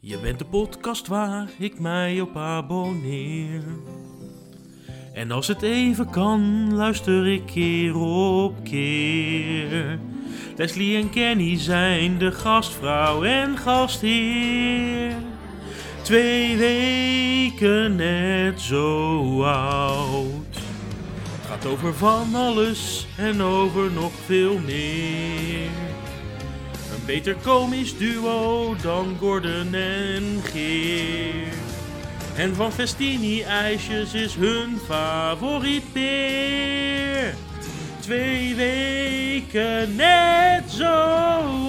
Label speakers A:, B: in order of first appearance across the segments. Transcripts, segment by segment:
A: Je bent de podcast waar ik mij op abonneer. En als het even kan, luister ik keer op keer. Leslie en Kenny zijn de gastvrouw en gastheer. Twee weken net zo oud. Het gaat over van alles en over nog veel meer. Een beter komisch duo dan Gordon en Geer. En van Festini ijsjes is hun favoriet peer. Twee weken net zo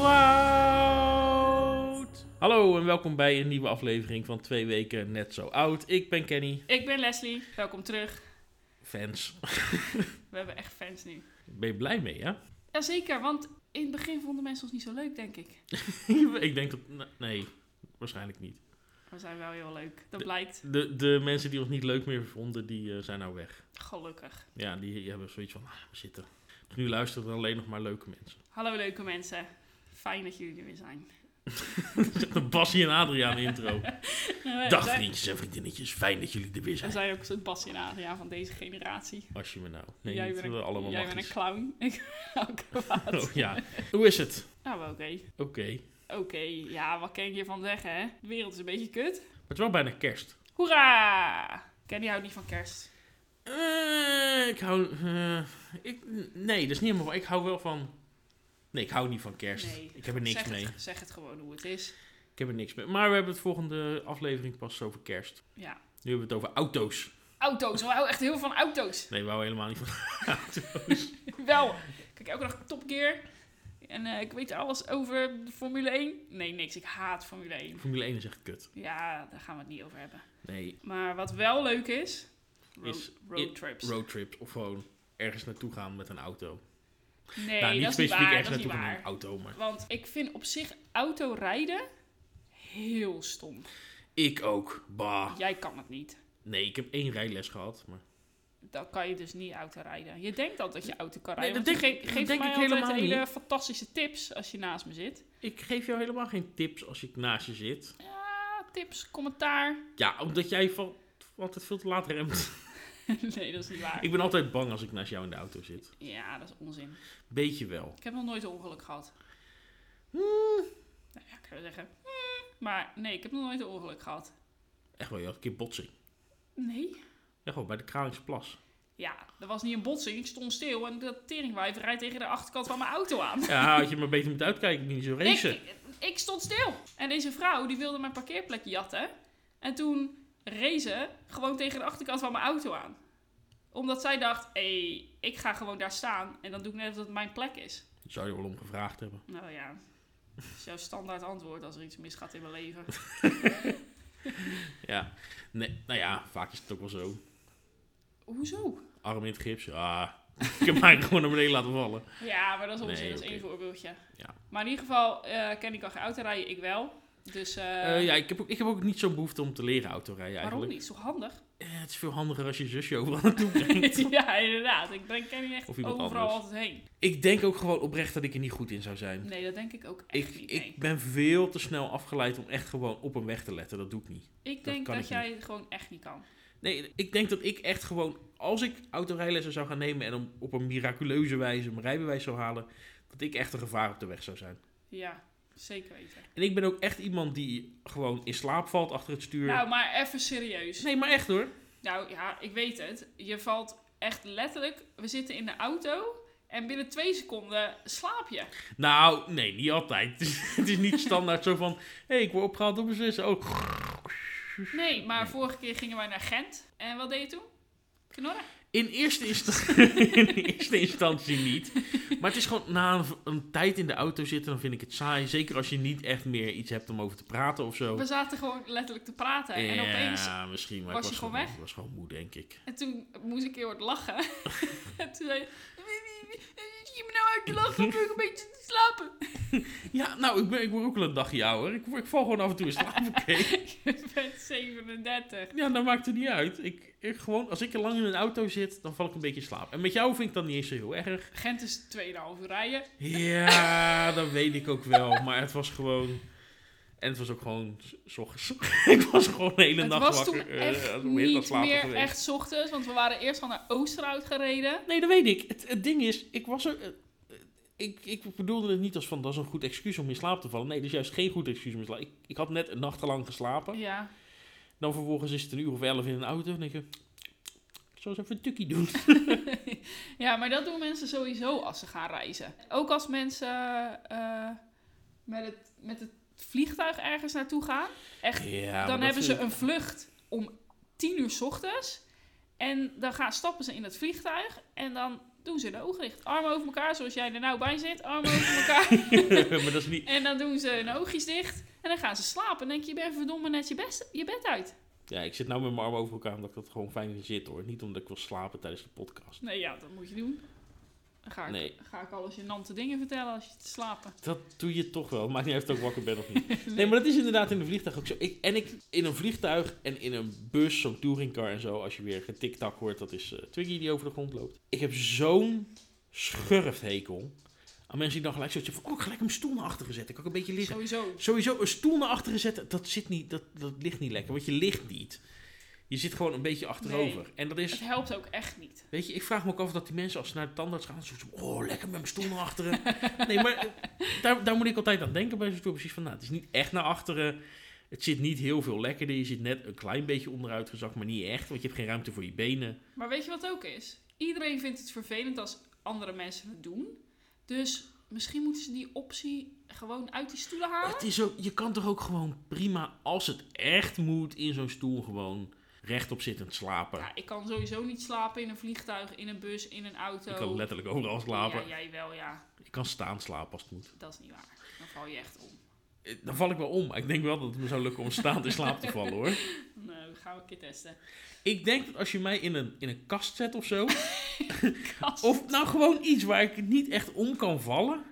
A: oud. Hallo en welkom bij een nieuwe aflevering van Twee weken net zo oud. Ik ben Kenny,
B: Ik ben Leslie, welkom terug.
A: fans.
B: We hebben echt fans nu.
A: Ben je blij mee, ja?
B: Jazeker, want in het begin vonden mensen ons niet zo leuk, denk ik.
A: Ik denk dat... Nee, waarschijnlijk niet.
B: We zijn wel heel leuk, dat
A: De-
B: blijkt.
A: De, de mensen die ons niet leuk meer vonden, die eh, zijn nou weg.
B: Gelukkig.
A: Ja, die hebben zoiets van, ah, we zitten. Dus nu luisteren er alleen nog maar leuke mensen.
B: Hallo leuke mensen, fijn dat jullie er weer zijn.
A: Bassie en Adriaan intro.
B: We
A: Dag
B: zijn-
A: vriendjes en vriendinnetjes, fijn dat jullie er weer
B: We
A: zijn.
B: zijn ook een soort Bas en Adriaan van deze generatie.
A: Als je me nou. Nee,
B: jij
A: niet,
B: bent
A: we
B: een,
A: allemaal
B: jij bent
A: magisch.
B: een clown. Ik ben ook kwaad.
A: Oh ja. Hoe is het?
B: Nou, maar oké.
A: Oké.
B: Oké, ja, wat kan ik hiervan zeggen, hè? De wereld is een beetje kut.
A: Maar het is wel bijna kerst.
B: Hoera! Kenny houdt niet van kerst.
A: Eh, ik hou... eh, ik, nee, dat is niet helemaal... waar. Ik hou wel van... Nee, ik hou niet van kerst.
B: Nee.
A: Ik heb er niks
B: zeg
A: mee.
B: Het, zeg het gewoon hoe het is.
A: Ik heb er niks mee. Maar we hebben het volgende aflevering pas over kerst.
B: Ja.
A: Nu hebben we het over auto's.
B: Auto's, we houden echt heel veel van auto's.
A: Nee, we houden helemaal niet van...
B: Wel. Kijk, elke dag Top Gear. En eh, ik weet alles over de Formule 1. Nee, niks. Ik haat Formule 1.
A: Formule 1 is echt kut.
B: Ja, daar gaan we het niet over hebben.
A: Nee,
B: Maar wat wel leuk is... Road,
A: Is-
B: roadtrips.
A: roadtrips of gewoon ergens naartoe gaan met een auto.
B: nee,
A: nou, niet
B: dat is niet
A: specifiek
B: waar.
A: ergens
B: Dat is
A: naartoe
B: niet
A: gaan met een
B: waar.
A: auto, maar
B: Want ik vind op zich autorijden heel stom.
A: ik ook. Bah.
B: Jij kan het niet.
A: Nee, ik heb één rijles gehad, maar
B: Dan kan je dus niet autorijden. Je denkt altijd dat je auto kan
A: Nee,
B: rijden.
A: dat
B: want je
A: denk-
B: ge-
A: dat
B: geeft
A: denk
B: mij
A: ik
B: altijd
A: helemaal
B: hele fantastische tips als je naast me zit.
A: ik geef jou helemaal geen tips als ik naast je zit.
B: Ja, tips, commentaar.
A: Ja, omdat jij van altijd veel te laat remt.
B: nee, dat is niet waar.
A: Ik ben altijd bang als ik naast jou in de auto zit.
B: Ja, dat is onzin.
A: Beetje wel.
B: Ik heb nog nooit een ongeluk gehad. Nou ja, ik zou zeggen. hmm, Maar nee, ik heb nog nooit een ongeluk gehad.
A: Echt wel, je had een keer botsing.
B: Nee?
A: Echt wel, bij de Kralingse Plas.
B: Ja, dat was niet een botsing. Ik stond stil en dat teringwijf rijdt tegen de achterkant van mijn auto aan.
A: Ja, had je maar beter moeten uitkijken, niet zo
B: Ik,
A: racen.
B: ik- ik stond stil. En deze vrouw die wilde mijn parkeerplek jatten. En toen race gewoon tegen de achterkant van mijn auto aan. Omdat zij dacht, hé, ik ga gewoon daar staan. En dan doe ik net of dat mijn plek is.
A: Zou je wel om gevraagd hebben.
B: Nou ja, dat is jouw standaard antwoord als er iets misgaat in mijn leven.
A: Ja. Nee, nou ja, vaak is het ook wel zo.
B: Hoezo?
A: Arm in het gips. Ah, ik heb mij gewoon naar beneden laten vallen.
B: Ja, maar dat is onzin.
A: Nee,
B: dat is
A: oké.
B: één voorbeeldje.
A: Ja.
B: Maar in ieder geval, eh Kenny kan geen auto rijden, ik wel. Dus eh,
A: Eh, ja, ik heb, ook, ik heb ook niet zo'n behoefte om te leren autorijden
B: waarom
A: eigenlijk.
B: niet? Is toch handig?
A: Eh, het is veel handiger als je zusje overal naartoe brengt.
B: ja, inderdaad. Ik breng Kenny echt
A: Of iemand
B: overal
A: anders.
B: altijd heen.
A: ik denk ook gewoon oprecht dat ik er niet goed in zou zijn.
B: Nee, dat denk ik ook echt
A: Ik,
B: niet.
A: ik
B: nee.
A: ben veel te snel afgeleid om echt gewoon op een weg te letten. Dat doe ik niet.
B: Ik denk
A: kan
B: dat,
A: ik
B: jij het gewoon echt niet kan.
A: Nee, ik denk dat ik echt gewoon, als ik autorijlessen zou gaan nemen en om, op een miraculeuze wijze mijn rijbewijs zou halen, dat ik echt een gevaar op de weg zou zijn.
B: Ja, zeker weten.
A: En ik ben ook echt iemand die gewoon in slaap valt achter het stuur.
B: Nou, maar even serieus.
A: nee, maar echt hoor.
B: Nou ja, ik weet het. Je valt echt letterlijk... We zitten in de auto en binnen twee seconden slaap je.
A: Nou, nee, niet altijd. Het is, het is niet standaard zo van, hé, hey, ik word opgehaald door mijn zus. Oh,
B: Nee, maar
A: Nee.
B: vorige keer gingen wij naar Gent. En wat deed je toen? Knorren.
A: In eerste, instantie, in eerste instantie niet. Maar het is gewoon na een, een tijd in de auto zitten, dan vind ik het saai. Zeker als je niet echt meer iets hebt om over te praten of zo.
B: We zaten gewoon letterlijk te praten. En
A: ja,
B: opeens...
A: misschien, maar
B: was
A: ik
B: je
A: was
B: gewoon
A: gewoon,
B: weg.
A: was gewoon moe, denk ik.
B: En toen moest ik heel hard lachen. en toen zei je... "Zit Je me nou uit te lachen, ik ben een beetje te slapen.
A: Ja, nou, ik, ben, ik word ook wel een dagje ouder. Ik, word- ik val gewoon af en toe in slaap, oké.
B: Je bent 37.
A: Ja, dat maakt het niet uit. Ik, ik gewoon, als ik er lang in een auto zit, dan val ik een beetje in slaap. En met jou vind ik dat niet eens zo heel erg.
B: Gent is 2,5 uur rijden.
A: Ja, dat weet ik ook wel. Maar het was gewoon... En het was ook gewoon s- s ochtends. ik was gewoon de hele
B: het
A: nacht
B: was
A: wakker.
B: toen
A: eh,
B: echt
A: had een hele dag
B: niet
A: slapen
B: meer
A: geweest.
B: echt 's ochtends, want we waren eerst al naar Oosterhout gereden.
A: Nee, dat weet ik. Het, het ding is, ik was er... eh, eh, Ik, ik bedoelde het niet als van, dat is een goed excuus om in slaap te vallen. Nee, dat is juist geen goed excuus om in slaap ik, ik had net een nacht lang geslapen.
B: Ja,
A: Dan vervolgens is het een uur of elf in een auto. En dan denk ik, ik zal eens even een tukkie doen.
B: ja, maar dat doen mensen sowieso als ze gaan reizen. Ook als mensen eh, met, het, met het vliegtuig ergens naartoe gaan. Echt,
A: Ja,
B: dan hebben ze een vlucht om 10 uur 's ochtends. En dan gaan, stappen ze in het vliegtuig en dan doen ze de ogen dicht. Armen over elkaar, zoals jij er nou bij zit. Armen over elkaar.
A: maar dat is niet...
B: En dan doen ze hun oogjes dicht. En dan gaan ze slapen. En denk je, je bent verdomme net je, best, je bed uit.
A: Ja, ik zit nou met mijn armen over elkaar omdat ik dat gewoon fijn zit hoor. Niet omdat ik wil slapen tijdens de podcast.
B: Nee, ja, dat moet je doen. Dan ga ik,
A: Nee.
B: ga ik alles gênante dingen vertellen als je te slapen.
A: Dat doe je toch wel. Maakt niet uit of ik wakker ben of niet. Nee, maar dat is inderdaad in een vliegtuig ook zo. Ik, en ik in een vliegtuig en in een bus, zo'n touringcar en zo, als je weer getiktak hoort, dat is eh, Twiggy die over de grond loopt. Ik heb zo'n schurfthekel aan mensen die dan gelijk zoiets hebben van, oh, ik heb gelijk een stoel naar achteren zetten. Kan ik een beetje liggen?
B: Sowieso.
A: Sowieso, een stoel naar achteren zetten, dat, zit niet, dat, dat ligt niet lekker, want je ligt niet. Je zit gewoon een beetje achterover. En dat is,
B: Het helpt ook echt niet.
A: Weet je, ik vraag me ook af dat die mensen als ze naar de tandarts gaan, zo oh, lekker met mijn stoel naar achteren. nee, maar eh, daar, daar moet ik altijd aan denken bij zo'n stoel. Precies van, nou, het is niet echt naar achteren. Het zit niet heel veel lekkerder. Je zit net een klein beetje onderuit gezakt, maar niet echt, want je hebt geen ruimte voor je benen.
B: Maar weet je wat ook is? Iedereen vindt het vervelend als andere mensen het doen. Dus misschien moeten ze die optie gewoon uit die stoelen halen.
A: Het is ook, je kan toch ook gewoon prima, als het echt moet, in zo'n stoel gewoon rechtop zittend slapen.
B: Ja, ik kan sowieso niet slapen in een vliegtuig, in een bus, in een auto.
A: Ik kan letterlijk overal slapen.
B: Ja, jij wel, ja.
A: Ik kan staan slapen als het moet.
B: Dat is niet waar. Dan val je echt om.
A: Eh, Dan val ik wel om. Ik denk wel dat het me zou lukken om staand in slaap te vallen hoor.
B: Nou, we gaan we een keer testen.
A: Ik denk dat als je mij in een, in een kast zet of zo,
B: Kast.
A: Of nou gewoon iets waar ik niet echt om kan vallen.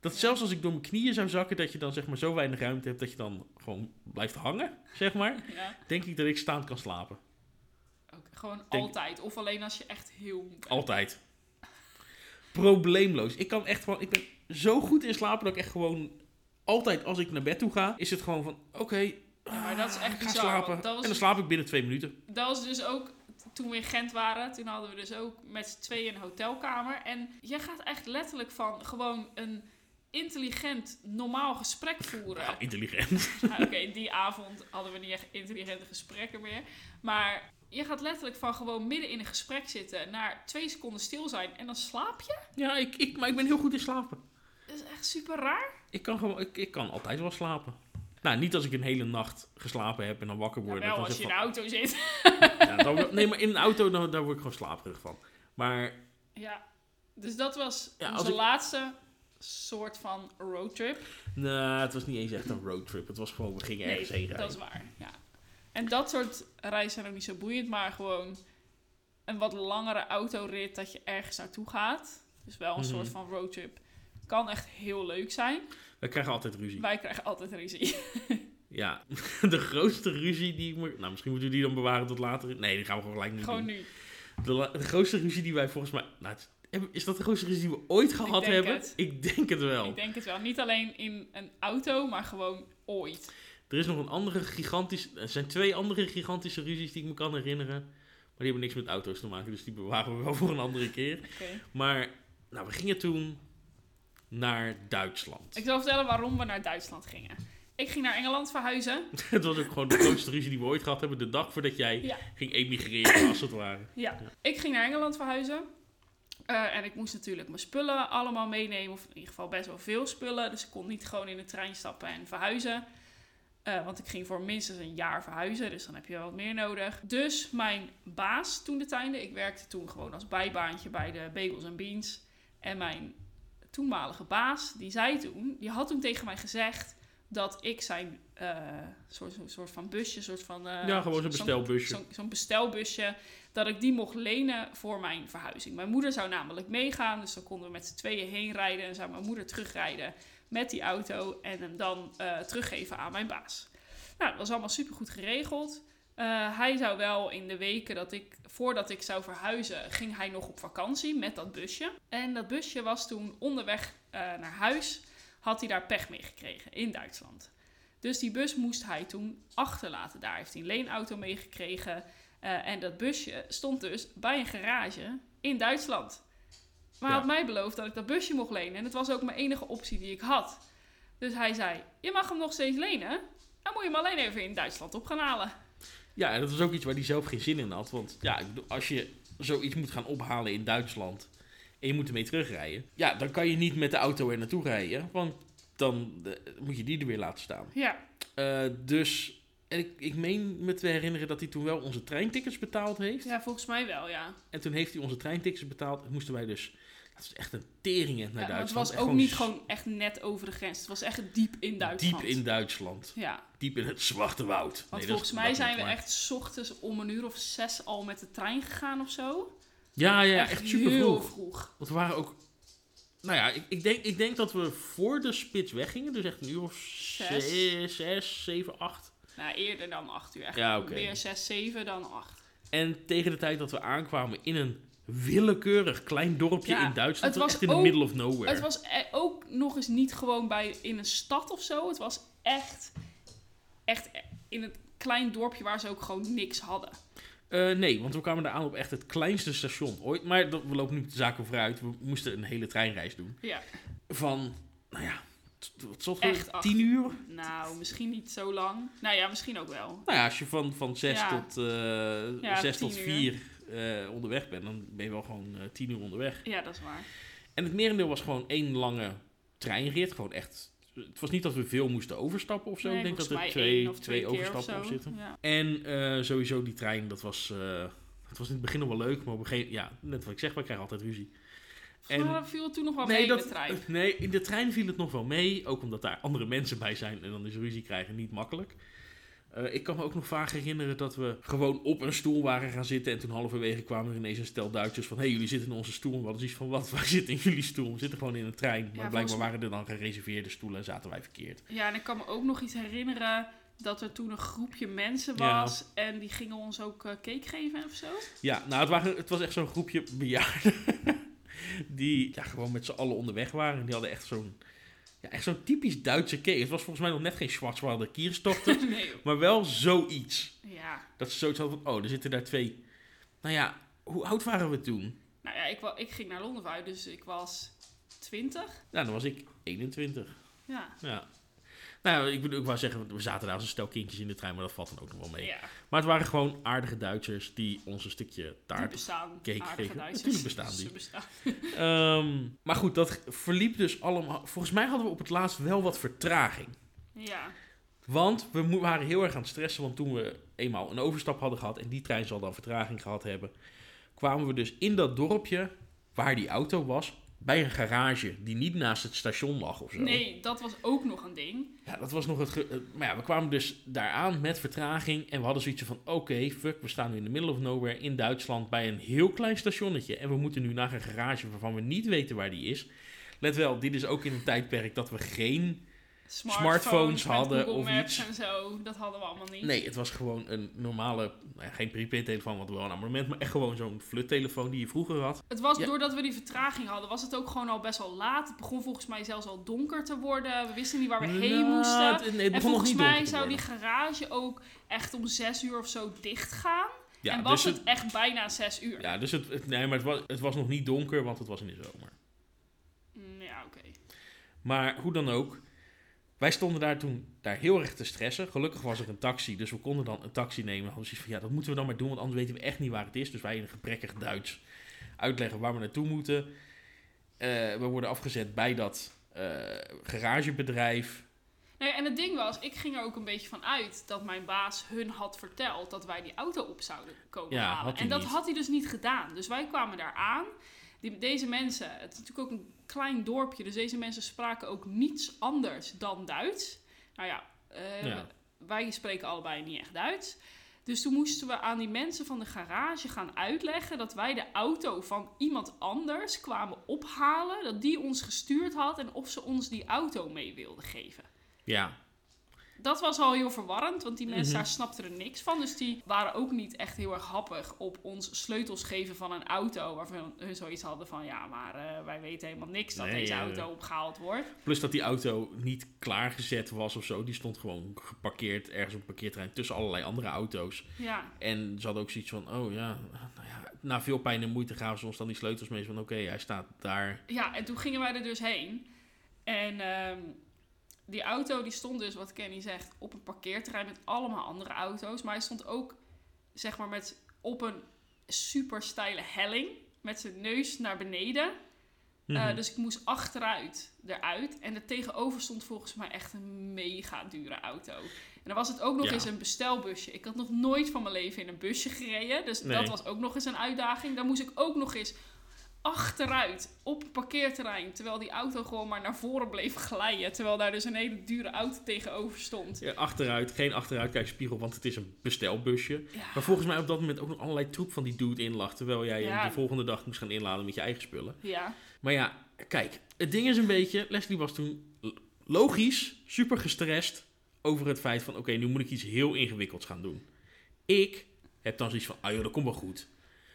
A: Dat zelfs als ik door mijn knieën zou zakken, dat je dan zeg maar zo weinig ruimte hebt dat je dan gewoon blijft hangen, zeg maar.
B: Ja.
A: Denk ik dat ik staand kan slapen.
B: Ook gewoon
A: Denk-
B: altijd. Of alleen als je echt heel moe bent.
A: Altijd. Probleemloos. Ik kan echt gewoon, ik ben zo goed in slapen dat ik echt gewoon altijd als ik naar bed toe ga, is het gewoon van, oké, ah,
B: Ja, maar dat is echt
A: ik ga
B: bizar.
A: slapen.
B: want Dat
A: En
B: was,
A: dan slaap ik binnen twee minuten.
B: dat was dus ook toen we in Gent waren. Toen hadden we dus ook met z'n tweeën een hotelkamer. En jij gaat echt letterlijk van gewoon een intelligent, normaal gesprek voeren.
A: Ja, intelligent.
B: Nou, Oké, die avond hadden we niet echt intelligente gesprekken meer. Maar je gaat letterlijk van gewoon midden in een gesprek zitten... naar twee seconden stil zijn en dan slaap je.
A: Ja, ik, ik, maar ik ben heel goed in slapen.
B: Dat is echt super raar.
A: Ik kan, gewoon, ik, ik kan altijd wel slapen. Nou, niet als ik een hele nacht geslapen heb en dan wakker
B: Nou,
A: word.
B: wel
A: dan
B: als
A: zeg
B: je nou-
A: ik
B: in de auto zit.
A: van, ja, dan- nee, maar in een auto, dan, daar word ik gewoon slaperig van. Maar
B: Ja, dus dat was
A: Ja, als
B: onze
A: ik-
B: laatste soort van roadtrip.
A: nou, het was niet eens echt een roadtrip. Het was gewoon, we gingen ergens heen rijden.
B: dat is waar. Ja. En dat soort reizen zijn ook niet zo boeiend, maar gewoon een wat langere autorit dat je ergens naartoe gaat. Dus wel een
A: Mhm.
B: soort van roadtrip. Kan echt heel leuk zijn.
A: We krijgen altijd ruzie.
B: Wij krijgen altijd ruzie.
A: Ja, de grootste ruzie die ik me... Nou, misschien moeten we die dan bewaren tot later. Nee, die gaan we gewoon gelijk niet
B: Gewoon
A: doen.
B: nu.
A: De, la- de grootste ruzie die wij volgens mij... Nou, het- hebben- is dat de grootste ruzie die we ooit gehad
B: denk
A: hebben?
B: het.
A: Ik denk het wel.
B: Ik denk het wel. Niet alleen in een auto, maar gewoon ooit.
A: Er is nog een andere gigantische... Er zijn twee andere gigantische ruzies die ik me kan herinneren. Maar die hebben niks met auto's te maken, dus die bewaren we wel voor een andere keer.
B: Oké.
A: Maar, nou, we gingen toen naar Duitsland.
B: Ik zal vertellen waarom we naar Duitsland gingen. Ik ging naar Engeland verhuizen.
A: Het was ook gewoon de grootste ruzie die we ooit gehad hebben. De dag voordat jij
B: Ja.
A: ging emigreren, als het ware.
B: Ja,
A: Ja.
B: ik ging naar Engeland verhuizen. Eh, en ik moest natuurlijk mijn spullen allemaal meenemen. Of in ieder geval best wel veel spullen. Dus ik kon niet gewoon in de trein stappen en verhuizen. Eh, want ik ging voor minstens een jaar verhuizen. Dus dan heb je wel wat meer nodig. Dus mijn baas toen de tijde. Ik werkte toen gewoon als bijbaantje bij de Bagels and Beans. En mijn toenmalige baas, die zei toen... Die had toen tegen mij gezegd dat ik zijn eh, soort, soort van busje, soort van... eh,
A: ja, gewoon zo'n
B: zo'n-
A: bestelbusje.
B: zo'n zo'n bestelbusje, dat ik die mocht lenen voor mijn verhuizing. Mijn moeder zou namelijk meegaan, dus dan konden we met z'n tweeën heen rijden en zou mijn moeder terugrijden met die auto en hem dan eh, teruggeven aan mijn baas. Nou, dat was allemaal supergoed geregeld. Eh, hij zou wel in de weken dat ik, voordat ik zou verhuizen, ging hij nog op vakantie met dat busje. En dat busje was toen onderweg eh, naar huis, had hij daar pech mee gekregen in Duitsland. Dus die bus moest hij toen achterlaten. Daar heeft hij een leenauto mee gekregen. Eh, en dat busje stond dus bij een garage in Duitsland. Maar hij
A: Ja.
B: had mij beloofd dat ik dat busje mocht lenen. En dat was ook mijn enige optie die ik had. Dus hij zei, je mag hem nog steeds lenen. Dan moet je hem alleen even in Duitsland op gaan halen.
A: Ja, en dat was ook iets waar hij zelf geen zin in had. Want ja, ik bedoel, als je zoiets moet gaan ophalen in Duitsland en je moet ermee terugrijden, ja, dan kan je niet met de auto er naartoe rijden, want dan eh, moet je die er weer laten staan.
B: Ja,
A: Eh, dus, en ik, ik meen me te herinneren dat hij toen wel onze treintickets betaald heeft.
B: ja volgens mij wel, ja.
A: En toen heeft hij onze treintickets betaald en moesten wij dus, dat is echt een tering naar
B: Ja, maar
A: Duitsland.
B: het was
A: Echt
B: ook niet
A: s-
B: gewoon echt net over de grens. Het was echt diep in
A: Diep
B: Duitsland.
A: in Duitsland.
B: Ja,
A: Diep in het zwarte woud. Nee, dat
B: want
A: is-
B: volgens mij
A: dat
B: zijn
A: niet,
B: we
A: maar-
B: echt 's ochtends om een uur of zes al met de trein gegaan of zo.
A: Ja, ja, echt, super
B: heel
A: vroeg.
B: vroeg.
A: Want we waren ook. Nou ja, ik, ik, denk, ik denk dat we voor de spits weggingen. Dus echt een uur of
B: Zes.
A: zes, zes zeven, acht.
B: Nou, eerder dan acht uur. Echt
A: Ja, oké.
B: meer zes, zeven dan acht.
A: En tegen de tijd dat we aankwamen in een willekeurig klein dorpje
B: Ja,
A: in Duitsland.
B: het
A: Het was echt
B: was
A: in the
B: ook-
A: middle of nowhere.
B: Het was e- ook nog eens niet gewoon bij, in een stad of zo. Het was echt, echt e- in een klein dorpje waar ze ook gewoon niks hadden.
A: Eh, nee, want we kwamen daar aan op echt het kleinste station ooit. Maar dat, we lopen nu de zaken vooruit. We moesten een hele treinreis doen.
B: Ja,
A: Van, nou ja, t- t- wat zat
B: Echt
A: er?
B: acht.
A: Tien uur?
B: nou, misschien niet zo lang. Nou ja, misschien ook wel.
A: Nou ja, als je van, van 6
B: Ja.
A: tot, eh
B: Ja,
A: zes tot
B: tien
A: 4 eh, onderweg bent, dan ben je wel gewoon eh, tien uur onderweg.
B: Ja, dat is waar.
A: En het merendeel was gewoon één lange treinrit. Gewoon echt. Het was niet dat we veel moesten overstappen of zo.
B: Nee,
A: ik denk dat
B: volgens
A: er
B: mij
A: twee,
B: één of
A: twee
B: keer of
A: overstappen op
B: zo.
A: zitten.
B: Ja.
A: En eh, sowieso die trein, dat was. eh, het was in het begin nog wel leuk, maar op een gegeven moment. Ja, net wat ik zeg, wij krijgen altijd ruzie. En-
B: Maar dat viel toen nog wel mee in de trein.
A: nee, in de trein viel het nog wel mee. Ook omdat daar andere mensen bij zijn en dan is ruzie krijgen niet makkelijk. Eh, ik kan me ook nog vaak herinneren dat we gewoon op een stoel waren gaan zitten. En toen halverwege kwamen er ineens een stel Duitsers van... hey, jullie zitten in onze stoel. En we hadden zoiets van, wat, wij zitten in jullie stoel? We zitten gewoon in een trein. Maar
B: volgens
A: blijkbaar
B: mij-
A: waren er dan gereserveerde stoelen en zaten wij verkeerd.
B: Ja, en ik kan me ook nog iets herinneren dat er toen een groepje mensen
A: Ja.
B: was. En die gingen ons ook eh, cake geven of zo.
A: Ja, nou, het, waren, het was echt zo'n groepje bejaarden... die ja, gewoon met z'n allen onderweg waren. En die hadden echt zo'n... Ja, echt zo'n typisch Duitse cake. Het was volgens mij nog net geen Schwarzwalder Kierstochter.
B: nee, joh.
A: Maar wel zoiets.
B: ja.
A: Dat ze zoiets hadden van, oh, er zitten daar twee... Nou ja, hoe oud waren we toen?
B: Nou ja, ik, wa- ik ging naar Londen uit, dus ik was 20.
A: Nou, dan was ik 21.
B: Ja.
A: Ja. Nou, ja, ik bedoel, ik wou zeggen, we zaten daar als een stel kindjes in de trein, maar dat valt dan ook nog wel mee.
B: ja.
A: Maar het waren gewoon aardige Duitsers die ons een stukje
B: Die
A: taart...
B: bestaan.
A: cake
B: aardige
A: geven.
B: Duitsers.
A: Natuurlijk bestaan die.
B: Ze bestaan.
A: Ehm, maar goed, dat verliep dus allemaal... Volgens mij hadden we op het laatst wel wat vertraging.
B: Ja.
A: Want we mo- waren heel erg aan het stressen, want toen we eenmaal een overstap hadden gehad en die trein zal dan vertraging gehad hebben, kwamen we dus in dat dorpje waar die auto was, bij een garage die niet naast het station lag of zo.
B: Nee, dat was ook nog een ding.
A: Ja, dat was nog het. ge- eh, Maar ja, we kwamen dus daar aan met vertraging en we hadden zoiets van: oké, fuck, we staan nu in de middle of nowhere in Duitsland bij een heel klein stationnetje en we moeten nu naar een garage waarvan we niet weten waar die is. Let wel, dit is ook in een tijdperk dat we geen
B: Smartphones,
A: Smartphones
B: met
A: hadden
B: Google
A: of
B: Maps
A: iets.
B: en zo. Dat hadden we allemaal niet.
A: Nee, het was gewoon een normale, nou ja, geen prepaid-telefoon, want wel een abonnement, maar echt gewoon zo'n fluttelefoon die je vroeger had.
B: Het was
A: Ja.
B: doordat we die vertraging hadden, was het ook gewoon al best wel laat. Het begon volgens mij zelfs al donker te worden. We wisten niet waar we heen
A: Nou,
B: moesten.
A: het- nee, het begon
B: en
A: nog
B: volgens
A: niet
B: mij
A: donker te
B: zou die
A: worden.
B: garage ook echt om zes uur of zo dicht gaan.
A: Ja,
B: en was
A: dus
B: het echt bijna zes uur. Ja,
A: Ja, dus het, het- nee, maar het was, het was nog niet donker, want het was in de zomer.
B: Mm, ja oké.
A: Maar hoe dan ook, wij stonden daar toen daar heel erg te stressen. Gelukkig was er een taxi, dus we konden dan een taxi nemen. Hadden we zoiets van, ja, dat moeten we dan maar doen, want anders weten we echt niet waar het is. Dus wij in een gebrekkig Duits uitleggen waar we naartoe moeten. Eh, we worden afgezet bij dat eh, garagebedrijf.
B: Nou ja, en het ding was, ik ging er ook een beetje van uit dat mijn baas hun had verteld dat wij die auto op zouden komen
A: Ja,
B: halen.
A: had hij
B: en dat
A: niet.
B: had hij dus niet gedaan. Dus wij kwamen daar aan. Die, deze mensen, het is natuurlijk ook een klein dorpje, dus deze mensen spraken ook niets anders dan Duits. Nou ja, eh,
A: Ja.
B: wij spreken allebei niet echt Duits. Dus toen moesten we aan die mensen van de garage gaan uitleggen dat wij de auto van iemand anders kwamen ophalen. Dat die ons gestuurd had en of ze ons die auto mee wilden geven.
A: Ja,
B: Dat dat was al heel verwarrend, want die mensen
A: Mhm.
B: daar snapten er niks van. Dus die waren ook niet echt heel erg happig op ons sleutels geven van een auto. Waarvan hun zoiets hadden van, ja, maar eh, wij weten helemaal niks dat
A: Nee,
B: deze
A: eh,
B: auto opgehaald wordt.
A: Plus dat die auto niet klaargezet was of zo. Die stond gewoon geparkeerd ergens op een parkeerterrein tussen allerlei andere auto's.
B: Ja,
A: En ze hadden ook zoiets van, oh ja, nou ja na veel pijn en moeite gaven ze ons dan die sleutels mee. Van oké, hij staat daar.
B: ja en toen gingen wij er dus heen. En ehm, die auto die stond dus, wat Kenny zegt, op een parkeerterrein met allemaal andere auto's. Maar hij stond ook, zeg maar, met, op een super steile helling. Met zijn neus naar beneden. Uh,
A: Mhm.
B: dus ik moest achteruit eruit. En er tegenover stond volgens mij echt een mega dure auto. En dan was het ook nog
A: Ja.
B: eens een bestelbusje. Ik had nog nooit van mijn leven in een busje gereden. Dus
A: Nee.
B: dat was ook nog eens een uitdaging. Dan moest ik ook nog eens achteruit op een parkeerterrein. Terwijl die auto gewoon maar naar voren bleef glijden. Terwijl daar dus een hele dure auto tegenover stond.
A: Ja, achteruit, geen achteruitkijkspiegel, want het is een bestelbusje.
B: Ja.
A: Maar volgens mij op dat moment ook nog allerlei troep van die dude in lag. Terwijl jij hem
B: Ja.
A: de volgende dag moest gaan inladen met je eigen spullen.
B: Ja.
A: Maar ja, kijk, het ding is een beetje, Leslie was toen l- logisch super gestrest over het feit van, oké, nu moet ik iets heel ingewikkelds gaan doen. Ik heb dan zoiets van, ah joh, dat komt wel goed.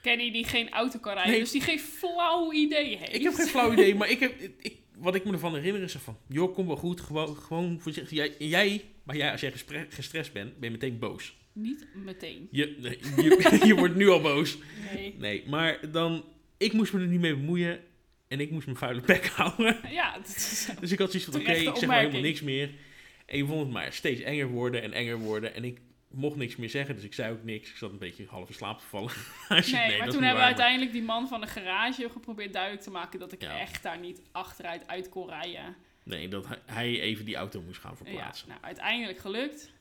B: Kenny die geen auto kan rijden.
A: Nee.
B: Dus die geen flauw idee heeft.
A: Ik heb geen flauw idee, maar ik heb, ik, wat ik me ervan herinner is van, joh, komt wel goed, gewoon, gewoon voorzichtig. Jij, jij, maar jij, als jij gespre- gestrest bent, ben je meteen boos.
B: Niet meteen.
A: Je, nee, je, je wordt nu al boos.
B: Nee.
A: Nee, maar dan, ik moest me er niet mee bemoeien en ik moest mijn vuile bek houden.
B: Ja, dat is zo.
A: Dus ik had zoiets van, oké,
B: Terechte
A: ik zeg maar helemaal
B: opmerking.
A: niks meer. En je vond het maar steeds enger worden en enger worden. En ik mocht niks meer zeggen, dus ik zei ook niks. Ik zat een beetje half in slaap gevallen. nee,
B: Nee, maar toen hebben we
A: uiteindelijk...
B: uiteindelijk die man van de garage geprobeerd duidelijk te maken dat ik
A: Ja.
B: echt daar niet achteruit uit kon rijden.
A: Nee, dat hij- hij even die auto moest gaan
B: En Ja,
A: verplaatsen.
B: nou, uiteindelijk gelukt.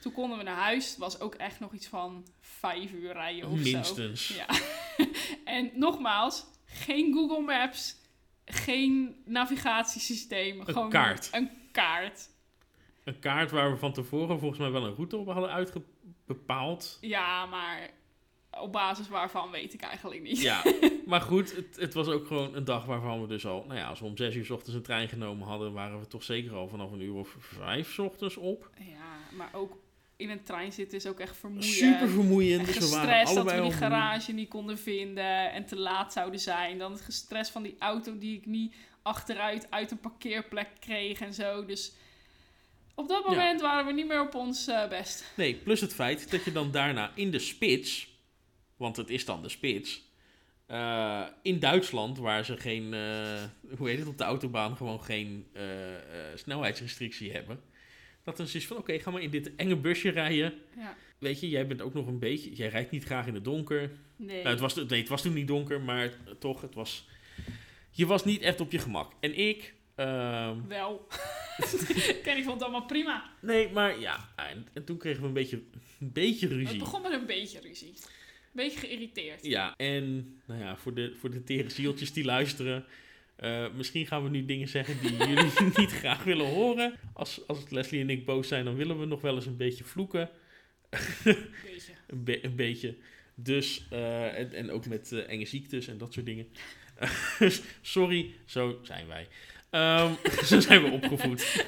B: Toen konden we naar huis. Het was ook echt nog iets van vijf uur rijden of zo.
A: Minstens.
B: Ja. En nogmaals, geen Google Maps, geen navigatiesysteem.
A: Een
B: gewoon
A: kaart.
B: Een kaart.
A: Een kaart waar we van tevoren volgens mij wel een route op hadden uitgebepaald.
B: Ja, maar op basis waarvan weet ik eigenlijk niet.
A: Ja, maar goed, het, het was ook gewoon een dag waarvan we dus al... Nou ja, als we om zes uur 's ochtends een trein genomen hadden... waren we toch zeker al vanaf een uur of vijf 's ochtends op.
B: Ja, maar ook in een trein zitten is ook echt vermoeiend.
A: Super vermoeiend.
B: En
A: Dus we waren
B: gestrest dat
A: allebei
B: we die
A: al moe.
B: garage niet konden vinden en te laat zouden zijn. Dan het gestrest van die auto die ik niet achteruit uit een parkeerplek kreeg en zo. Dus op dat
A: Ja.
B: moment waren we niet meer op ons eh, best.
A: Nee, plus het feit dat je dan daarna in de spits, want het is dan de spits, eh, in Duitsland, waar ze geen, eh, hoe heet het, op de autobaan gewoon geen eh, eh, snelheidsrestrictie hebben, dat dan is van oké, ga maar in dit enge busje rijden.
B: Ja.
A: Weet je, jij bent ook nog een beetje, jij rijdt niet graag in het donker.
B: Nee.
A: Nou, het, was, nee, het was toen niet donker, maar toch, het was, je was niet echt op je gemak. En ik, ehm,
B: Wel. Kenny vond het allemaal prima.
A: nee, maar ja, en, en toen kregen we een beetje, een beetje
B: Het
A: ruzie.
B: begon met een beetje ruzie. Een beetje geïrriteerd.
A: Ja, en nou ja, voor de, voor de tere zieltjes die luisteren. eh, misschien gaan we nu dingen zeggen die jullie niet graag willen horen. Als, als Leslie en ik boos zijn, dan willen we nog wel eens een beetje vloeken.
B: Een beetje.
A: Een, be- een beetje. Dus, eh, en, en ook met eh, enge ziektes en dat soort dingen. Sorry, zo zijn wij. Ehm, zo zijn we opgevoed.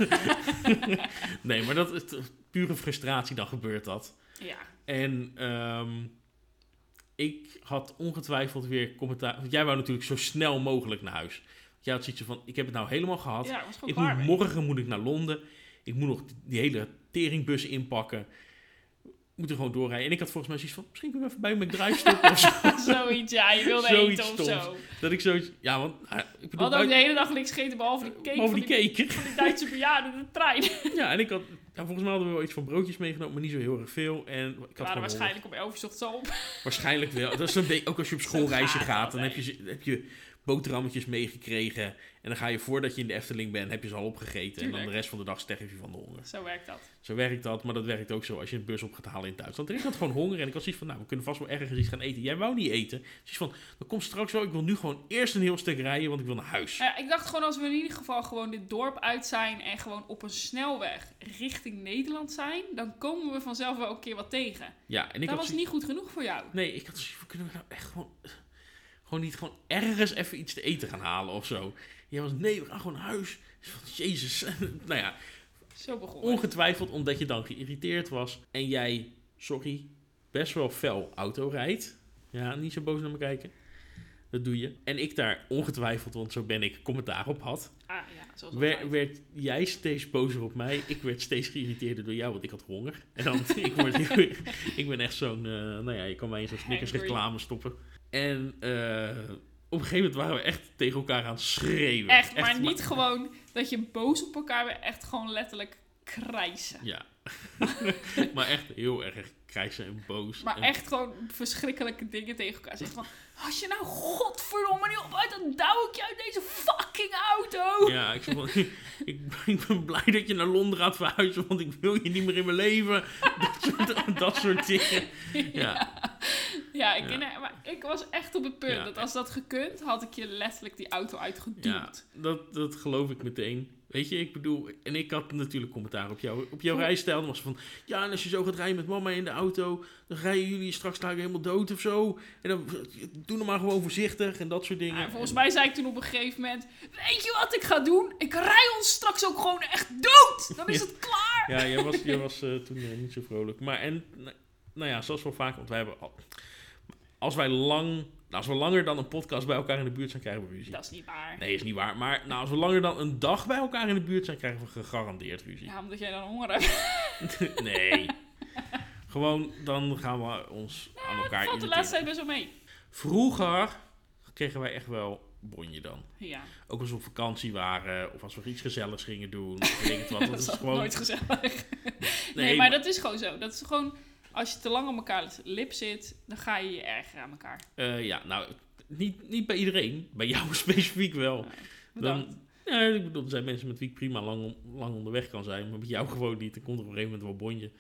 A: nee, maar dat is t- pure frustratie, dan gebeurt dat.
B: Ja.
A: En ehm, ik had ongetwijfeld weer commentaar. Want jij wou natuurlijk zo snel mogelijk naar huis. Jij had zoiets van: ik heb het nou helemaal gehad.
B: Ja, het was gewoon
A: ik
B: klaar.
A: moet,
B: mee.
A: morgen moet ik naar Londen. Ik moet nog die hele teringbus inpakken. Ik moet er gewoon doorrijden. En ik had volgens mij zoiets van: misschien kunnen we even bij een McDrive stoppen of zo.
B: Zoiets, ja. Je wilde
A: Zoiets
B: eten of
A: stoms.
B: zo.
A: Dat ik zoiets. Ja, want nou, ik
B: We
A: bedoel,
B: hadden ook de
A: buiten-
B: hele dag niks gegeten, behalve die cake
A: over
B: van
A: die
B: die,
A: cake.
B: van die Duitse bejaarden in de trein.
A: ja, en ik had. nou, volgens mij hadden we wel iets van broodjes meegenomen, maar niet zo heel erg veel. En ik had
B: We
A: gewoon
B: waren
A: honger.
B: waarschijnlijk om 11 uur 's ochtends al op.
A: Waarschijnlijk wel. Dat is een beetje, ook als je op schoolreisje
B: Zo gaat
A: gaat,
B: dat,
A: dan heb je, ze- heb je boterhammetjes meegekregen. En dan ga je voordat je in de Efteling bent, heb je ze al opgegeten. En dan
B: Tuurlijk.
A: de rest van de dag sterf je van de honger.
B: Zo werkt dat.
A: Zo werkt dat, maar dat werkt ook zo als je een bus op gaat halen in Duitsland. Ik had gewoon honger en ik had zoiets van, nou, we kunnen vast wel ergens iets gaan eten. Jij wou niet eten. Dus van, dat komt straks wel. Ik wil nu gewoon eerst een heel stuk rijden, want ik wil naar huis.
B: Eh, ik dacht gewoon als we in ieder geval gewoon dit dorp uit zijn en gewoon op een snelweg richting Nederland zijn, dan komen we vanzelf wel een keer wat tegen.
A: Ja, en ik
B: dat
A: had
B: was
A: zoiets-
B: niet goed genoeg voor jou.
A: Nee, ik had zoiets van, kunnen we nou echt gewoon... Gewoon niet gewoon ergens even iets te eten gaan halen of zo. Jij was, nee, we gaan gewoon naar huis. Ik van, jezus. nou ja,
B: Zo begon het.
A: Ongetwijfeld omdat je dan geïrriteerd was en jij, sorry, best wel fel auto rijdt. Ja, niet zo boos naar me kijken. Dat doe je. En ik daar ongetwijfeld, want zo ben ik, commentaar op had.
B: Ah ja, zoals
A: Wer-
B: altijd.
A: werd jij steeds bozer op mij. Ik werd steeds geïrriteerder door jou, want ik had honger. En dan, ik, word, ik ben echt zo'n... eh, nou ja, je kan mij in zo'n Snickers
B: Hangry.
A: reclame stoppen. En eh, op een gegeven moment waren we echt tegen elkaar aan het schreeuwen.
B: Echt, maar niet gewoon dat je boos op elkaar bent. Echt gewoon letterlijk krijsen.
A: Ja. maar echt heel erg krijsen en boos.
B: Maar
A: en-
B: echt gewoon verschrikkelijke dingen tegen elkaar zeggen. Van, als je nou godverdomme niet op uit, dan douw ik je uit deze fucking auto.
A: Ja, ik, zei van, ik, ik ben blij dat je naar Londen gaat verhuizen, want ik wil je niet meer in mijn leven. Dat soort, dat soort dingen. Ja,
B: Ja, ik,
A: Ja.
B: Denk, dat- maar ik was echt op het punt
A: Ja.
B: dat als dat gekund, had ik je letterlijk die auto uitgeduwd.
A: ja dat, dat geloof ik meteen. Weet je, ik bedoel, en ik had natuurlijk commentaar op, jou, op jouw
B: Hoe-
A: rijstijl. Dan was het van, ja, en als je zo gaat rijden met mama in de auto, dan rijden jullie straks daar helemaal dood of zo. En dan, doe nou maar gewoon voorzichtig en dat soort dingen.
B: Maar volgens mij zei ik toen op een gegeven moment: Weet je wat ik ga doen? Ik rij ons straks ook gewoon echt dood! Dan is
A: Ja.
B: het klaar!
A: Ja, jij was, jij was eh, toen eh, niet zo vrolijk. Maar en, nou, nou ja, zoals wel vaak, want wij hebben al, als wij lang, nou, als we langer dan een podcast bij elkaar in de buurt zijn, krijgen we ruzie.
B: Dat is niet waar.
A: Nee, is niet waar. Maar nou, als we langer dan een dag bij elkaar in de buurt zijn, krijgen we gegarandeerd ruzie.
B: Ja, omdat jij dan honger hebt.
A: nee. Gewoon, dan gaan we ons aan elkaar
B: Valt de
A: irriteren.
B: laatste tijd best wel mee.
A: Vroeger kregen wij echt wel bonje dan.
B: Ja,
A: Ook als we op vakantie waren, of als we iets gezelligs gingen doen. Of weet ik het wat.
B: dat,
A: Dat is
B: is
A: gewoon...
B: nooit gezellig. Nee, maar dat is gewoon zo. Dat is gewoon, als je te lang op elkaar lip zit, dan ga je je erger aan elkaar.
A: Eh, ja, nou, niet, niet bij iedereen. Bij jou specifiek wel.
B: Bedankt.
A: Dan, ja, ik bedoel, er zijn mensen met wie ik prima lang, on- lang onderweg kan zijn. Maar met jou gewoon niet. Dan komt er op een gegeven moment wel bonje.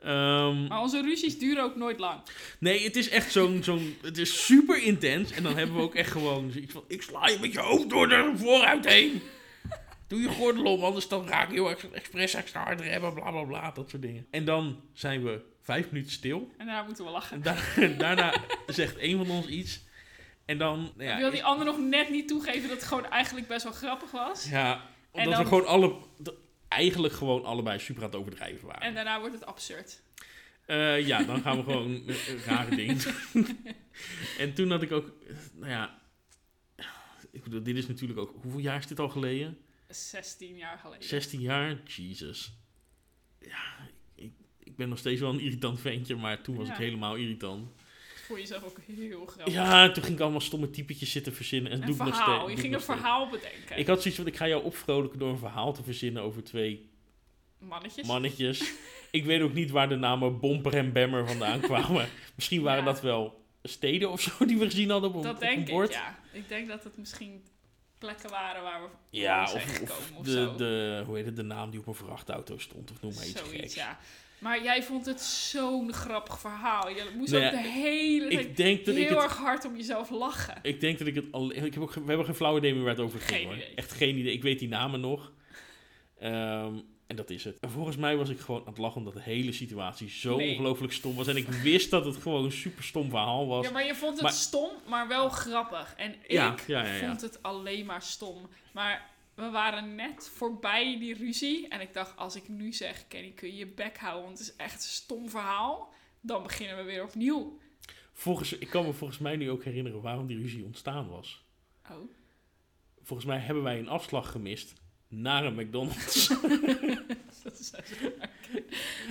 A: Ehm,
B: Maar onze ruzies duren ook nooit lang.
A: nee, het is echt zo'n... zo'n het is super intens. En dan hebben we ook echt gewoon zoiets van... Ik sla je met je hoofd door de vooruit heen. Doe je gordel om, anders dan raak ik heel ex- expres extra hard remmen. Bla, bla, bla. Dat soort dingen. En dan zijn we vijf minuten stil.
B: En daarna moeten we lachen.
A: En daar- daarna zegt één van ons iets. En dan... nou Ja,
B: Wil die ander nog net niet toegeven dat het gewoon eigenlijk best wel grappig was?
A: Ja, omdat
B: dan-
A: we gewoon alle, d- eigenlijk gewoon allebei super aan het overdrijven waren.
B: En daarna wordt het absurd.
A: Eh, ja, dan gaan we gewoon eh, rare dingen doen. en toen had ik ook, eh, nou ja, ik bedoel, dit is natuurlijk ook, hoeveel jaar is dit al geleden?
B: 16 jaar geleden.
A: 16 jaar? Jesus. Ja, ik, ik ben nog steeds wel een irritant ventje, maar toen was
B: Ja.
A: ik helemaal irritant.
B: Vond je zelf ook heel grappig.
A: Ja, toen ging ik allemaal stomme typetjes zitten verzinnen. En dat
B: een
A: doe ik nog
B: verhaal.
A: steeds-
B: Je
A: doe ik
B: ging een
A: nog steeds.
B: verhaal bedenken.
A: Ik had zoiets van, ik ga jou opvrolijken door een verhaal te verzinnen over twee
B: Mannetjes.
A: mannetjes. Ik weet ook niet waar de namen Bomper en Bammer vandaan kwamen. Misschien waren
B: Ja.
A: dat wel steden of zo die we gezien hadden op een,
B: dat
A: op een
B: denk ik,
A: bord.
B: ja. Ik denk dat het misschien plekken waren waar we
A: Ja,
B: zijn
A: of, of
B: gekomen of
A: de,
B: zo.
A: de, hoe heet het, de naam die op een vrachtauto stond of noem maar iets
B: Zoiets,
A: geks.
B: ja. Maar jij vond het zo'n grappig verhaal. Je moest
A: Nou
B: ook
A: ja,
B: de hele tijd
A: Ik denk dat ik
B: heel
A: het...
B: erg hard om jezelf lachen.
A: Ik denk dat ik het al. Ik heb ook, ge- we hebben geen flauw idee meer waar het over ging.
B: Geen
A: hoor.
B: idee.
A: Echt geen idee. Ik weet die namen nog. Ehm, en dat is het. En volgens mij was ik gewoon aan het lachen omdat de hele situatie zo
B: Nee.
A: ongelooflijk stom was. En ik wist dat het gewoon een super stom verhaal was.
B: Ja, maar je vond het
A: Maar-
B: stom, maar wel grappig. En ik
A: Ja, ja, ja, ja.
B: vond het alleen maar stom. Maar we waren net voorbij die ruzie. En ik dacht, als ik nu zeg, Kenny, kun je je bek houden? Want het is echt een stom verhaal. Dan beginnen we weer opnieuw.
A: Volgens, ik kan me volgens mij nu ook herinneren waarom die ruzie ontstaan was.
B: Oh.
A: Volgens mij hebben wij een afslag gemist naar een McDonald's.
B: Dat is nou echt-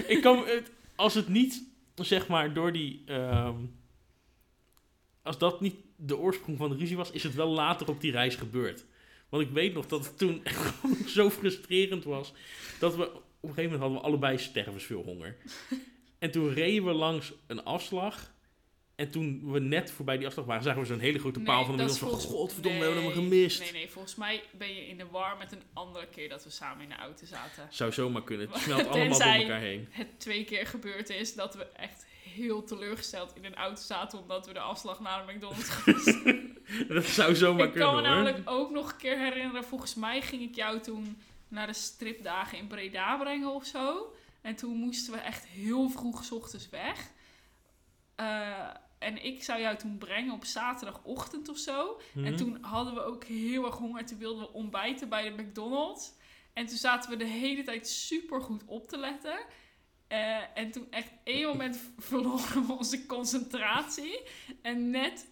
A: ik kan, me- het, als het niet, zeg maar, door die... ehm, als dat niet de oorsprong van de ruzie was, is het wel later op die reis gebeurd. Want ik weet nog dat het toen echt gewoon zo frustrerend was... dat we op een gegeven moment hadden we allebei stervensveel honger. En toen reden we langs een afslag... En toen we net voorbij die afslag waren, zagen we zo'n hele grote
B: Nee,
A: paal van de
B: dat
A: middels
B: is
A: van...
B: volgens-
A: Godverdomme, we hebben hem
B: Nee,
A: gemist.
B: Nee, nee, volgens mij ben je in de war met een andere keer dat we samen in de auto zaten.
A: Zou zomaar kunnen. Het smelt allemaal door
B: Tenzij-
A: elkaar heen.
B: Het twee keer gebeurd is dat we echt heel teleurgesteld in een auto zaten omdat we de afslag naar de McDonald's gemist
A: Dat zou zomaar
B: ik
A: kunnen
B: kan me
A: hoor.
B: namelijk ook nog een keer herinneren, volgens mij ging ik jou toen naar de stripdagen in Breda brengen of zo. En toen moesten we echt heel vroeg 's ochtends weg. Eh, en ik zou jou toen brengen op zaterdagochtend of zo.
A: Hm?
B: En toen hadden we ook heel erg honger. Toen wilden we ontbijten bij de McDonald's. En toen zaten we de hele tijd super goed op te letten. Eh, en toen echt één moment v- verloren we onze concentratie. En net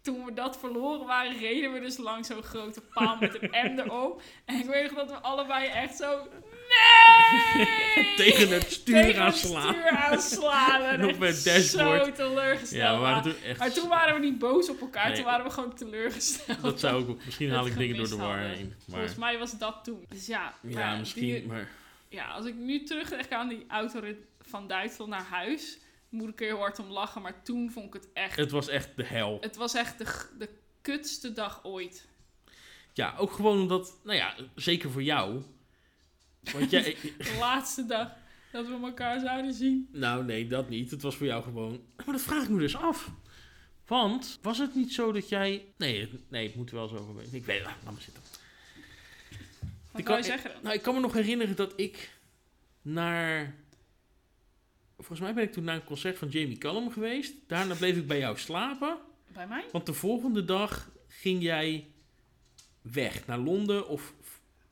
B: toen we dat verloren waren, reden we dus langs zo'n grote paal met een M erop. En ik weet nog dat we allebei echt zo... Nee!
A: Tegen het stuur
B: Tegen het
A: aanslaan.
B: stuur aanslaan. En
A: En op
B: echt
A: mijn dashboard.
B: Zo teleurgesteld.
A: Ja, we waren
B: waren.
A: toen echt...
B: Maar toen waren we niet boos op elkaar,
A: Nee.
B: toen waren we gewoon teleurgesteld.
A: Dat zou ik... Misschien
B: het eh,
A: haal ik dingen door de
B: gemist
A: war
B: hadden.
A: heen. Maar,
B: Volgens mij was dat toen. Dus ja, maar
A: ja, misschien...
B: die-
A: Maar
B: ja, als ik nu terugdenk aan die autorit van Duitsland naar huis, moet ik er heel hard om lachen. Maar toen vond ik het echt. Het,
A: het was echt de hel.
B: was echt de, g- de kutste dag ooit.
A: Ja, ook gewoon omdat... Nou ja, zeker voor jou. Want jij...
B: De laatste dag dat we elkaar zouden zien.
A: Nou, nee, dat niet. Het was voor jou gewoon. Maar dat vraag ik me dus af. Want was het niet zo dat jij. Nee, het- nee het moet er wel zo geweest. Ik weet het, laat maar zitten.
B: Wat
A: kan-
B: kan je zeggen dan?
A: Nou, ik kan me nog herinneren dat ik naar. Volgens mij ben ik toen naar een concert van Jamie Callum geweest. Daarna bleef ik bij jou slapen.
B: Bij mij?
A: Want de volgende dag ging jij weg naar Londen of.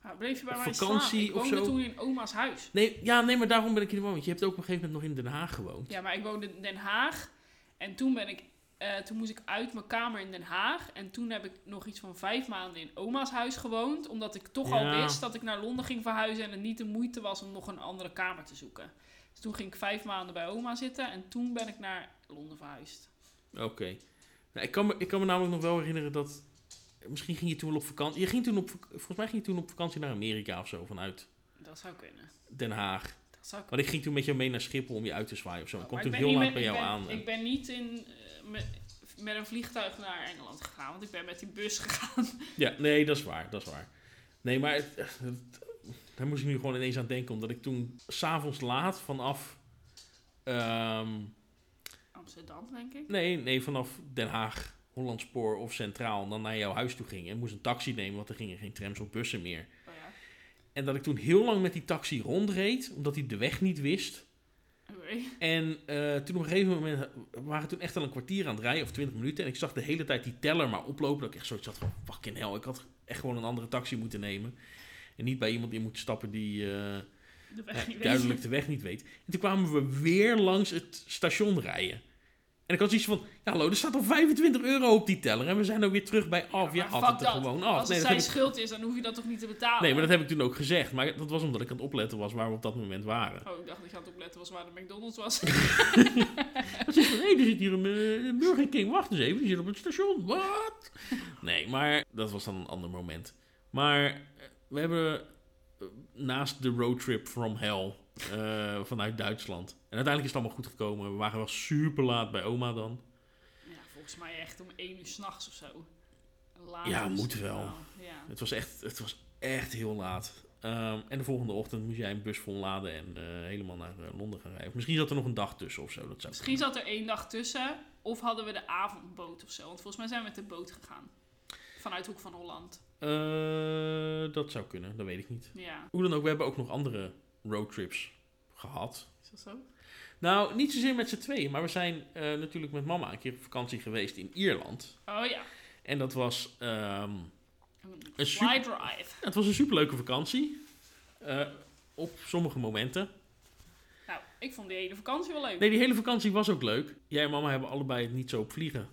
B: Nou, bleef je bij
A: Op
B: mij
A: vakantie
B: slapen? Ik
A: of
B: woonde
A: zo?
B: toen in oma's huis.
A: Nee, ja, nee, maar daarom ben ik hier gewoon. Want je hebt ook op een gegeven moment nog in Den Haag gewoond.
B: Ja, maar ik woonde in Den Haag. En toen, ben ik, eh, toen moest ik uit mijn kamer in Den Haag. En toen heb ik nog iets van vijf maanden in oma's huis gewoond. Omdat ik toch al
A: Ja.
B: wist dat ik naar Londen ging verhuizen. En het niet de moeite was om nog een andere kamer te zoeken. Dus toen ging ik vijf maanden bij oma zitten. En toen ben ik naar Londen verhuisd.
A: Oké. Nou, ik, kan me, ik kan me namelijk nog wel herinneren dat... Misschien ging je toen wel op vakantie... Je ging toen op, vak- volgens mij ging je toen op vakantie naar Amerika of zo, vanuit
B: Dat zou kunnen.
A: Den Haag.
B: Dat zou kunnen.
A: Want ik ging toen met jou mee naar Schiphol om je uit te zwaaien of zo. Ik kwam
B: Nou, Maar
A: toen
B: ben
A: heel laat
B: niet met-
A: bij jou
B: ik ben,
A: aan. en-
B: Ik ben niet in, eh, met, met een vliegtuig naar Engeland gegaan. Want ik ben met die bus gegaan.
A: Ja, nee, dat is waar, dat is waar. Nee, maar het- eh, het- daar moest ik nu gewoon ineens aan denken. Omdat ik toen s'avonds laat vanaf... ehm,
B: Amsterdam, denk ik.
A: nee, nee, vanaf Den Haag, Hollandspoor of Centraal dan naar jouw huis toe ging. En moest een taxi nemen, want er gingen geen trams of bussen meer.
B: Oh ja.
A: En dat ik toen heel lang met die taxi rondreed, omdat hij de weg niet wist.
B: Oké.
A: En eh, toen op een gegeven moment we waren we toen echt al een kwartier aan het rijden, of twintig minuten. En ik zag de hele tijd die teller maar oplopen. Dat ik echt zoiets had van, fucking hell, ik had echt gewoon een andere taxi moeten nemen. En niet bij iemand in moeten stappen die eh,
B: De weg niet weten.
A: duidelijk de weg niet weet. En toen kwamen we weer langs het station rijden. En ik had zoiets van, ja hallo, er staat al 25 euro op die teller. En we zijn nou weer terug bij af. Ja,
B: maar
A: af
B: fuck
A: het er
B: dat.
A: gewoon af.
B: Als het
A: Oh, dat
B: zijn
A: heb ik-
B: schuld is, dan hoef je dat toch niet te betalen?
A: nee, maar dat heb ik toen ook gezegd. Maar dat was omdat ik aan het opletten was waar we op dat moment waren.
B: Oh, ik dacht dat je aan het opletten was waar de McDonald's was.
A: Dan zegt van, hé, er zit hier een eh, Burger King. Wacht eens even, die zit op het station. Wat? Nee, maar dat was dan een ander moment. Maar eh, we hebben eh, naast de roadtrip from hell eh, vanuit Duitsland. En uiteindelijk is het allemaal goed gekomen. We waren wel super laat bij oma dan.
B: ja, volgens mij echt om één uur s'nachts of zo. Laat
A: Ja,
B: is
A: moet
B: het Oh,
A: wel.
B: Ja.
A: Het was echt, het was echt heel laat. Ehm, en de volgende ochtend moest jij een bus vol laden en eh, helemaal naar eh, Londen gaan rijden. Of Misschien zat er nog een dag tussen of zo. Dat zou
B: Misschien zat er één dag tussen. Of hadden we de avondboot of zo. Want volgens mij zijn we met de boot gegaan. Vanuit Hoek van Holland.
A: Eh, dat zou kunnen, dat weet ik niet.
B: Ja,
A: Hoe dan ook, we hebben ook nog andere roadtrips gehad.
B: is dat zo?
A: Nou, niet zozeer met z'n tweeën, maar we zijn eh, natuurlijk met mama een keer op vakantie geweest in Ierland.
B: Oh ja.
A: En dat was, ehm,
B: Een
A: Een
B: fly drive.
A: het was een superleuke vakantie. Eh, op sommige momenten.
B: Nou, ik vond die hele vakantie wel leuk.
A: Nee, die hele vakantie was ook leuk. Jij en mama hebben allebei het niet zo op vliegen.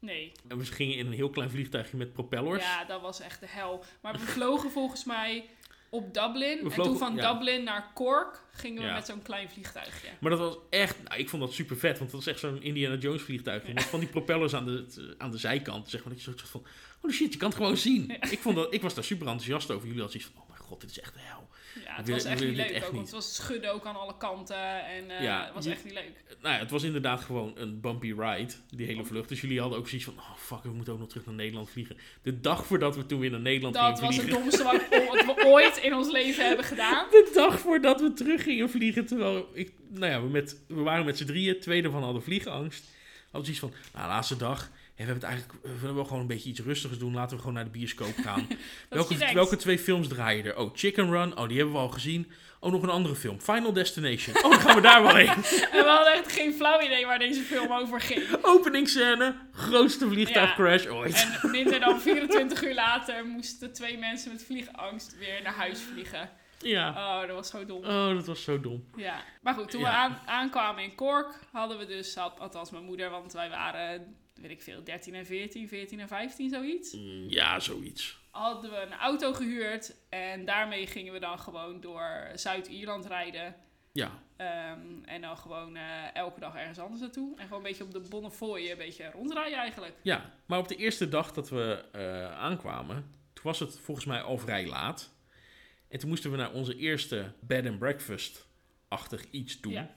B: Nee.
A: En we gingen in een heel klein vliegtuigje met propellers.
B: Ja, dat was echt de hel. Maar we vlogen volgens mij op Dublin.
A: We
B: en
A: vlogen-
B: toen van
A: ja.
B: Dublin naar Cork gingen we
A: Ja.
B: met zo'n klein vliegtuigje.
A: Maar dat was echt, nou, ik vond dat super vet, want dat was echt zo'n Indiana Jones vliegtuigje. Met van die propellers aan de, t- aan de zijkant, zeg maar. Dat je zoiets van, holy shit, je kan het gewoon zien. Ik, vond dat, ik was daar super enthousiast over. Jullie hadden zoiets van, oh mijn god, dit is echt de hel.
B: Ja, het
A: wil-
B: was echt
A: wil
B: niet
A: dit
B: leuk
A: echt
B: ook, want
A: niet.
B: het was schudden ook aan alle kanten en eh,
A: Ja,
B: het was
A: je-
B: echt niet leuk.
A: Nou ja, het was inderdaad gewoon een bumpy ride, die
B: Oh.
A: hele vlucht. Dus jullie hadden ook zoiets van, oh fuck, we moeten ook nog terug naar Nederland vliegen. De dag voordat we toen weer naar Nederland
B: Dat
A: gingen
B: was het
A: vliegen.
B: domste wat, wat we ooit in ons leven hebben gedaan.
A: De dag voordat we terug gingen vliegen, terwijl ik, nou ja, we, met, we waren met z'n drieën, twee ervan hadden vliegangst. Hadden zoiets van, nou, laatste dag, we hebben het eigenlijk, we willen wel gewoon een beetje iets rustigers doen. Laten we gewoon naar de bioscoop gaan.
B: Dat
A: welke,
B: je denkt,
A: welke twee films draaien er? Oh, Chicken Run. Oh, die hebben we al gezien. Oh, nog een andere film. Final Destination. Oh, dan gaan we daar wel heen.
B: En we hadden echt geen flauw idee waar deze film over ging.
A: Openingsscène. Grootste vliegtuigcrash ooit.
B: En minder dan 24 uur later moesten twee mensen met vliegangst weer naar huis vliegen.
A: Ja.
B: Oh, dat was zo dom.
A: Oh, dat was zo dom.
B: Ja. Maar goed, toen we
A: Ja.
B: aan, aankwamen in Cork, hadden we dus, had, althans mijn moeder, want wij waren, weet ik veel, 13 en 14, 14 en 15, zoiets.
A: Mm, Ja, zoiets.
B: Hadden we een auto gehuurd en daarmee gingen we dan gewoon door Zuid-Ierland rijden.
A: Ja.
B: Ehm, en dan gewoon eh, elke dag ergens anders naartoe. En gewoon een beetje op de Bonnefoy een beetje rondrijden eigenlijk.
A: Ja, maar op de eerste dag dat we eh, aankwamen, toen was het volgens mij al vrij laat. En toen moesten we naar onze eerste bed and breakfast-achtig iets doen.
B: Ja.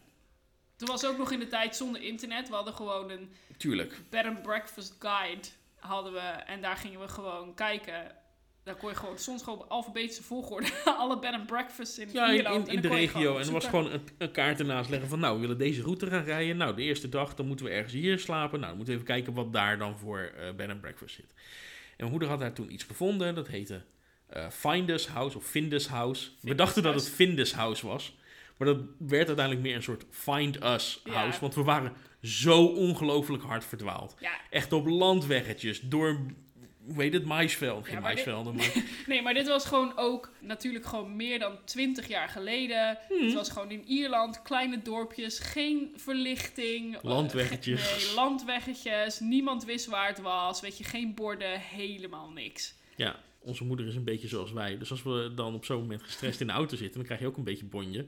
B: Toen was ook nog in de tijd zonder internet. We hadden gewoon een
A: Tuurlijk.
B: bed and breakfast guide. Hadden we, en daar gingen we gewoon kijken. Daar kon je gewoon, soms gewoon op alfabetische volgorde, alle bed and breakfasts in
A: Ja, in,
B: Ierland.
A: in,
B: En
A: in de
B: dan kon je
A: regio. En er was
B: zoeken.
A: gewoon een, een kaart ernaast leggen van, nou, we willen deze route gaan rijden. Nou, de eerste dag, dan moeten we ergens hier slapen. Nou, dan moeten we even kijken wat daar dan voor eh bed and breakfast zit. En mijn moeder had daar toen iets gevonden. Dat heette eh Finders House of Finders House. we
B: Findus
A: dachten dat
B: House.
A: het Finders House was. Maar dat werd uiteindelijk meer een soort Find Us
B: Ja.
A: House. Want we waren zo ongelooflijk hard verdwaald.
B: Ja,
A: Echt op landweggetjes, door, hoe heet het, maisvelden. Geen
B: Ja, maar dit-
A: maisvelden, maar...
B: nee, maar dit was gewoon ook natuurlijk gewoon meer dan twintig jaar geleden.
A: Hmm.
B: Het was gewoon in Ierland, kleine dorpjes, geen verlichting. eh,
A: Landweggetjes.
B: ge- Nee, landweggetjes. Niemand wist waar het was. Weet je, geen borden, helemaal niks.
A: Ja, onze moeder is een beetje zoals wij. Dus als we dan op zo'n moment gestrest in de auto zitten, dan krijg je ook een beetje bonje.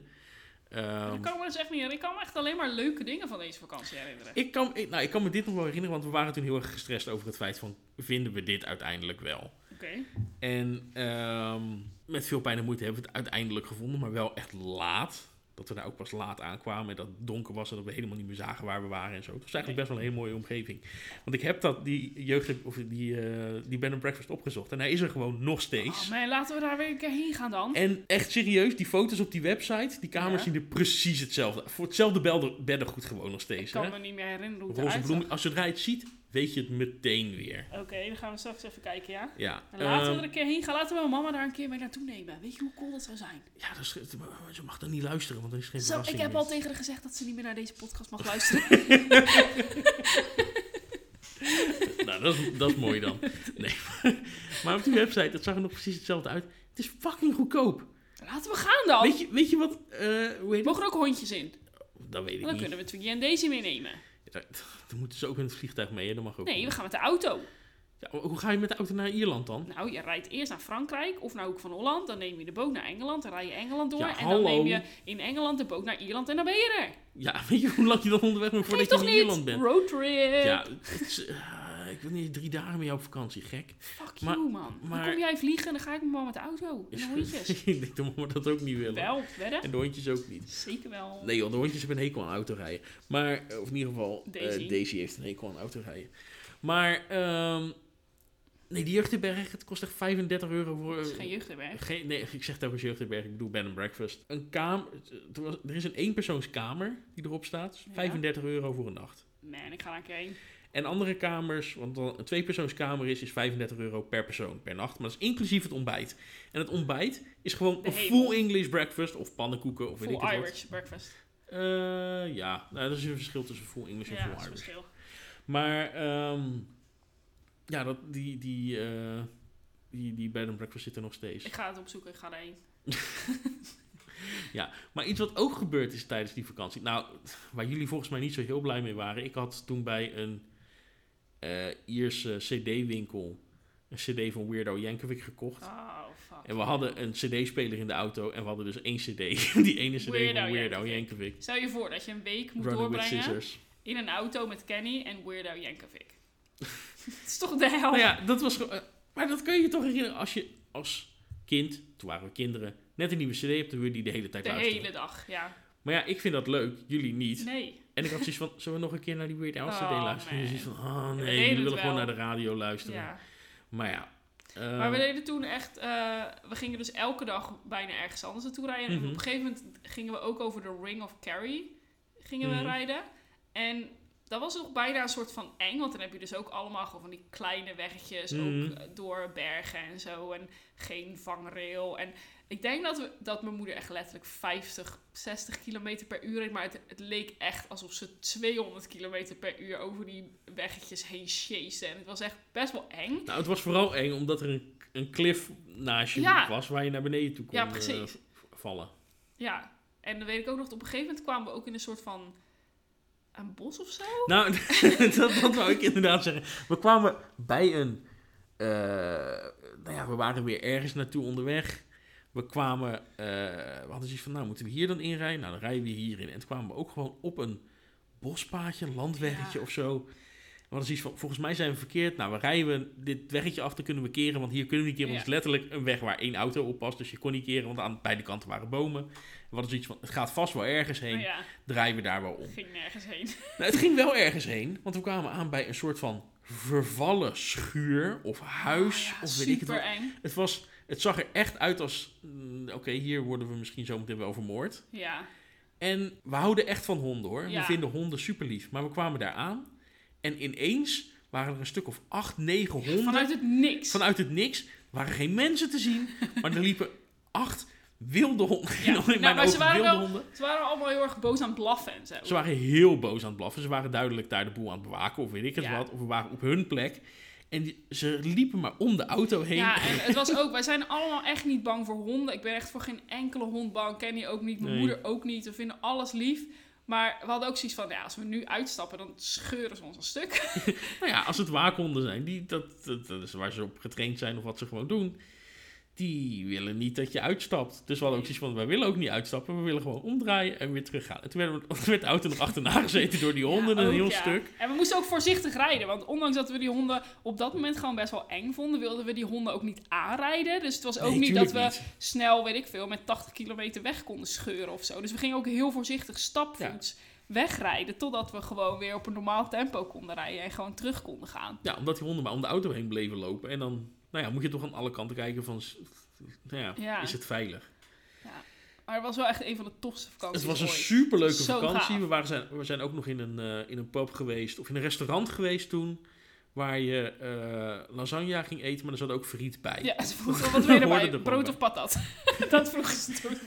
A: Ehm,
B: ik kan me dus echt niet herinneren. Ik kan me echt alleen maar leuke dingen van deze vakantie herinneren.
A: ik, kan, ik- nou, ik kan me dit nog wel herinneren, want we waren toen heel erg gestrest over het feit van, vinden we dit uiteindelijk wel?
B: Oké.
A: En ehm, met veel pijn en moeite hebben we het uiteindelijk gevonden, maar wel echt laat. Dat we daar ook pas laat aankwamen en dat het donker was en dat we helemaal niet meer zagen waar we waren en zo. Het was eigenlijk best wel een hele mooie omgeving. Want ik heb dat, die jeugd, of die, eh die bed and breakfast opgezocht en hij is er gewoon nog steeds.
B: Oh man, laten we daar weer een keer heen gaan dan.
A: En echt serieus, die foto's op die website, die kamers
B: Ja.
A: zien er precies hetzelfde. Voor hetzelfde bedden, beddengoed gewoon nog
B: Ik
A: steeds.
B: kan
A: Hè?
B: me niet meer herinneren hoe het
A: Roze
B: eruit zag.
A: bloemen. Als je het ziet, weet je het meteen weer.
B: Oké, dan gaan we straks even kijken, ja.
A: Ja,
B: En laten
A: ehm,
B: we er een keer heen gaan. Laten we mama daar een keer mee naartoe nemen. Weet je hoe cool dat zou zijn?
A: ja dat is, ze mag dan niet luisteren, want er is geen
B: Zo, ik
A: verrassing
B: heb
A: meer.
B: al tegen haar gezegd dat ze niet meer naar deze podcast mag luisteren.
A: Nou, dat is, dat is mooi dan. Nee. Maar op die website, dat zag er nog precies hetzelfde uit. Het is fucking goedkoop.
B: laten we gaan dan.
A: Weet, je, weet je wat... eh hoe heet het?
B: Mogen er ook hondjes in?
A: Dat weet ik
B: Dan
A: niet.
B: kunnen we Twiggy en Daisy meenemen.
A: Daar- Dan moeten ze ook in het vliegtuig mee, hè? Dat mag ook
B: Nee, we
A: niet.
B: gaan met de auto.
A: Ja, hoe ga je met de auto naar Ierland dan?
B: Nou, je rijdt eerst naar Frankrijk of naar Hoek van Holland. Dan neem je de boot naar Engeland. Dan rij je Engeland door.
A: Ja,
B: en dan
A: hallo.
B: neem je in Engeland de boot naar Ierland. En dan ben je er.
A: Ja, weet je hoe lang je dan onderweg bent
B: Geef
A: voordat je
B: toch
A: in
B: niet?
A: Ierland bent?
B: Roadtrip.
A: Ja, het is, eh, ik wil niet drie dagen met jou op vakantie, gek.
B: Fuck
A: Maar-
B: you, man.
A: maar-
B: Dan kom jij vliegen en dan ga ik met mama met de auto. En de hondjes.
A: ik denk dat we dat ook niet willen.
B: Wel, wedden?
A: En de hondjes ook niet.
B: Zeker wel.
A: Nee joh, de hondjes hebben een hekel aan autorijden. Maar, eh, of in ieder geval, eh,
B: Daisy.
A: Daisy heeft een hekel aan autorijden. Maar, ehm, nee, die jeugdherberg, het kost echt 35 euro voor...
B: Dat is geen jeugdherberg.
A: Geen- nee, ik zeg telkens jeugdherberg, ik bedoel bed and breakfast. Een kamer, er was- er is een eenpersoonskamer die erop staat.
B: Ja.
A: 35 euro voor een nacht.
B: Man, ik ga daar een keer heen.
A: En andere kamers, want dan een tweepersoonskamer is, is 35 euro per persoon per nacht. Maar dat is inclusief het ontbijt. En het ontbijt is gewoon
B: De
A: een
B: hemel.
A: full English breakfast of pannenkoeken of weet ik
B: Full
A: het
B: Irish
A: wat.
B: breakfast.
A: Eh, ja, nou, dat is een verschil tussen full English en
B: Ja, dat
A: full
B: is
A: Irish.
B: verschil.
A: Maar ehm, ja, dat, die, die, eh, die, die bed and breakfast zit er nog steeds.
B: Ik ga het opzoeken, ik ga daarheen.
A: Maar iets wat ook gebeurd is tijdens die vakantie. Nou, waar jullie volgens mij niet zo heel blij mee waren. Ik had toen bij een eh, Ierse CD-winkel een CD van Weirdo Yankovic gekocht.
B: Oh, fuck.
A: En we hadden een CD-speler in de auto. En we hadden dus één CD. Die ene CD
B: Weirdo
A: van Weirdo
B: Yankovic.
A: Yankovic.
B: Stel je voor dat je een week moet
A: Running with
B: doorbrengen Oh.
A: Scissors.
B: in een auto met Kenny en Weirdo Yankovic. Het is toch de hel?
A: Nou ja, dat was. ge- eh, Maar dat kun je je toch herinneren als je als kind, toen waren we kinderen, net een nieuwe CD hebt, dan wil je die de hele tijd
B: de
A: luisteren.
B: hele dag, ja.
A: Maar ja, ik vind dat leuk, jullie niet.
B: Nee.
A: En ik had zoiets van, zullen we nog een keer naar die Weird Al CD
B: Oh,
A: luisteren? En
B: man.
A: zoiets van, oh
B: We
A: nee,
B: deden
A: jullie
B: het
A: willen gewoon
B: wel.
A: naar de radio luisteren.
B: Ja.
A: Maar ja. eh,
B: Maar we deden toen echt... eh, we gingen dus elke dag bijna ergens anders naartoe rijden. En
A: Mhm.
B: op een gegeven moment gingen we ook over de Ring of Kerry gingen
A: Mhm.
B: we rijden. En Dat was toch bijna een soort van eng, want dan heb je dus ook allemaal gewoon van die kleine weggetjes,
A: Mhm.
B: ook eh, door bergen en zo, en geen vangrail. En ik denk dat, we, dat mijn moeder echt letterlijk 50, 60 kilometer per uur reed, maar het, het leek echt alsof ze 200 kilometer per uur over die weggetjes heen chased. En het was echt best wel eng.
A: Nou, het was vooral eng omdat er een, een cliff naast je
B: Ja.
A: was waar je naar beneden toe kon
B: Ja, precies.
A: eh, v- vallen.
B: Ja, en dan weet ik ook nog, dat op een gegeven moment kwamen we ook in een soort van een bos of zo.
A: Nou, dat, dat wou ik inderdaad zeggen. We kwamen bij een. eh, nou ja, we waren weer ergens naartoe onderweg. We kwamen. eh, we hadden zoiets van: nou, moeten we hier dan inrijden? Nou, dan rijden we hierin. En toen kwamen we ook gewoon op een bospaadje, een landweggetje
B: Ja.
A: of zo. We hadden zoiets van: volgens mij zijn we verkeerd. Nou, we rijden we dit weggetje af, dan kunnen we keren. Want hier kunnen we niet keren. Want het is letterlijk een weg waar één auto op past. Dus je kon niet keren, want aan beide kanten waren bomen. We hadden zoiets van: het gaat vast wel ergens heen.
B: Maar Oh Nou ja,
A: Draaien we daar wel om.
B: ging nergens heen.
A: Nou, het ging wel ergens heen, want we kwamen aan bij een soort van vervallen schuur of huis
B: Ah ja,
A: of weet ik het
B: super
A: wat.
B: eng.
A: Het, was, het zag er echt uit als, mm, oké, hier worden we misschien zometeen wel vermoord.
B: Ja,
A: En we houden echt van honden hoor. We
B: Ja.
A: vinden honden super lief. Maar we kwamen daar aan en ineens waren er een stuk of acht, negen honden.
B: vanuit het niks.
A: Vanuit het niks waren geen mensen te zien, maar er liepen acht wilde honden.
B: Ja.
A: In mijn
B: Nou, maar ze
A: ogen
B: waren
A: wilde
B: wel-
A: honden.
B: Ze waren allemaal heel erg boos aan het blaffen en zo.
A: Ze waren heel boos aan het blaffen. Ze waren duidelijk daar de boel aan het bewaken of weet ik het
B: Ja.
A: wat. Of we waren op hun plek. En die- ze liepen maar om de auto heen.
B: Ja, en het was ook, wij zijn allemaal echt niet bang voor honden. Ik ben echt voor geen enkele hond bang. Kenny ook niet, mijn
A: Nee.
B: moeder ook niet. We vinden alles lief. Maar we hadden ook zoiets van, ja, als we nu uitstappen, dan scheuren ze ons een stuk.
A: Nou ja, als het waakhonden zijn, die, dat, dat, dat is waar ze op getraind zijn of wat ze gewoon doen. Die willen niet dat je uitstapt. Dus we hadden ook zoiets van, wij willen ook niet uitstappen. We willen gewoon omdraaien en weer teruggaan. En toen werden we- toen werd de auto nog achterna gezeten door die honden
B: Ja,
A: een
B: ook,
A: heel
B: ja.
A: stuk.
B: En we moesten ook voorzichtig rijden. Want ondanks dat we die honden op dat moment gewoon best wel eng vonden, wilden we die honden ook niet aanrijden. Dus het was ook
A: Nee,
B: niet dat we
A: tuurlijk niet.
B: snel, weet ik veel, met 80 kilometer weg konden scheuren of zo. Dus we gingen ook heel voorzichtig stapvoets wegrijden. Totdat we gewoon weer op een normaal tempo konden rijden en gewoon terug konden gaan.
A: Ja, omdat die honden maar om de auto heen bleven lopen. En dan nou ja, moet je toch aan alle kanten kijken van, s- nou ja,
B: Ja.
A: is het veilig?
B: Maar het was wel echt een van de tofste vakanties.
A: Het was een
B: ooit.
A: superleuke
B: Zo
A: vakantie.
B: gaaf.
A: We, waren zijn, we zijn ook nog in een, eh, in een pub geweest, of in een restaurant geweest toen, waar je eh lasagne ging eten, maar er zat ook friet bij.
B: Ja, ze vroegen wat wil je
A: Dat hoorde
B: erbij?
A: er
B: Brood
A: gewoon
B: of patat? dat vroegen ze toen.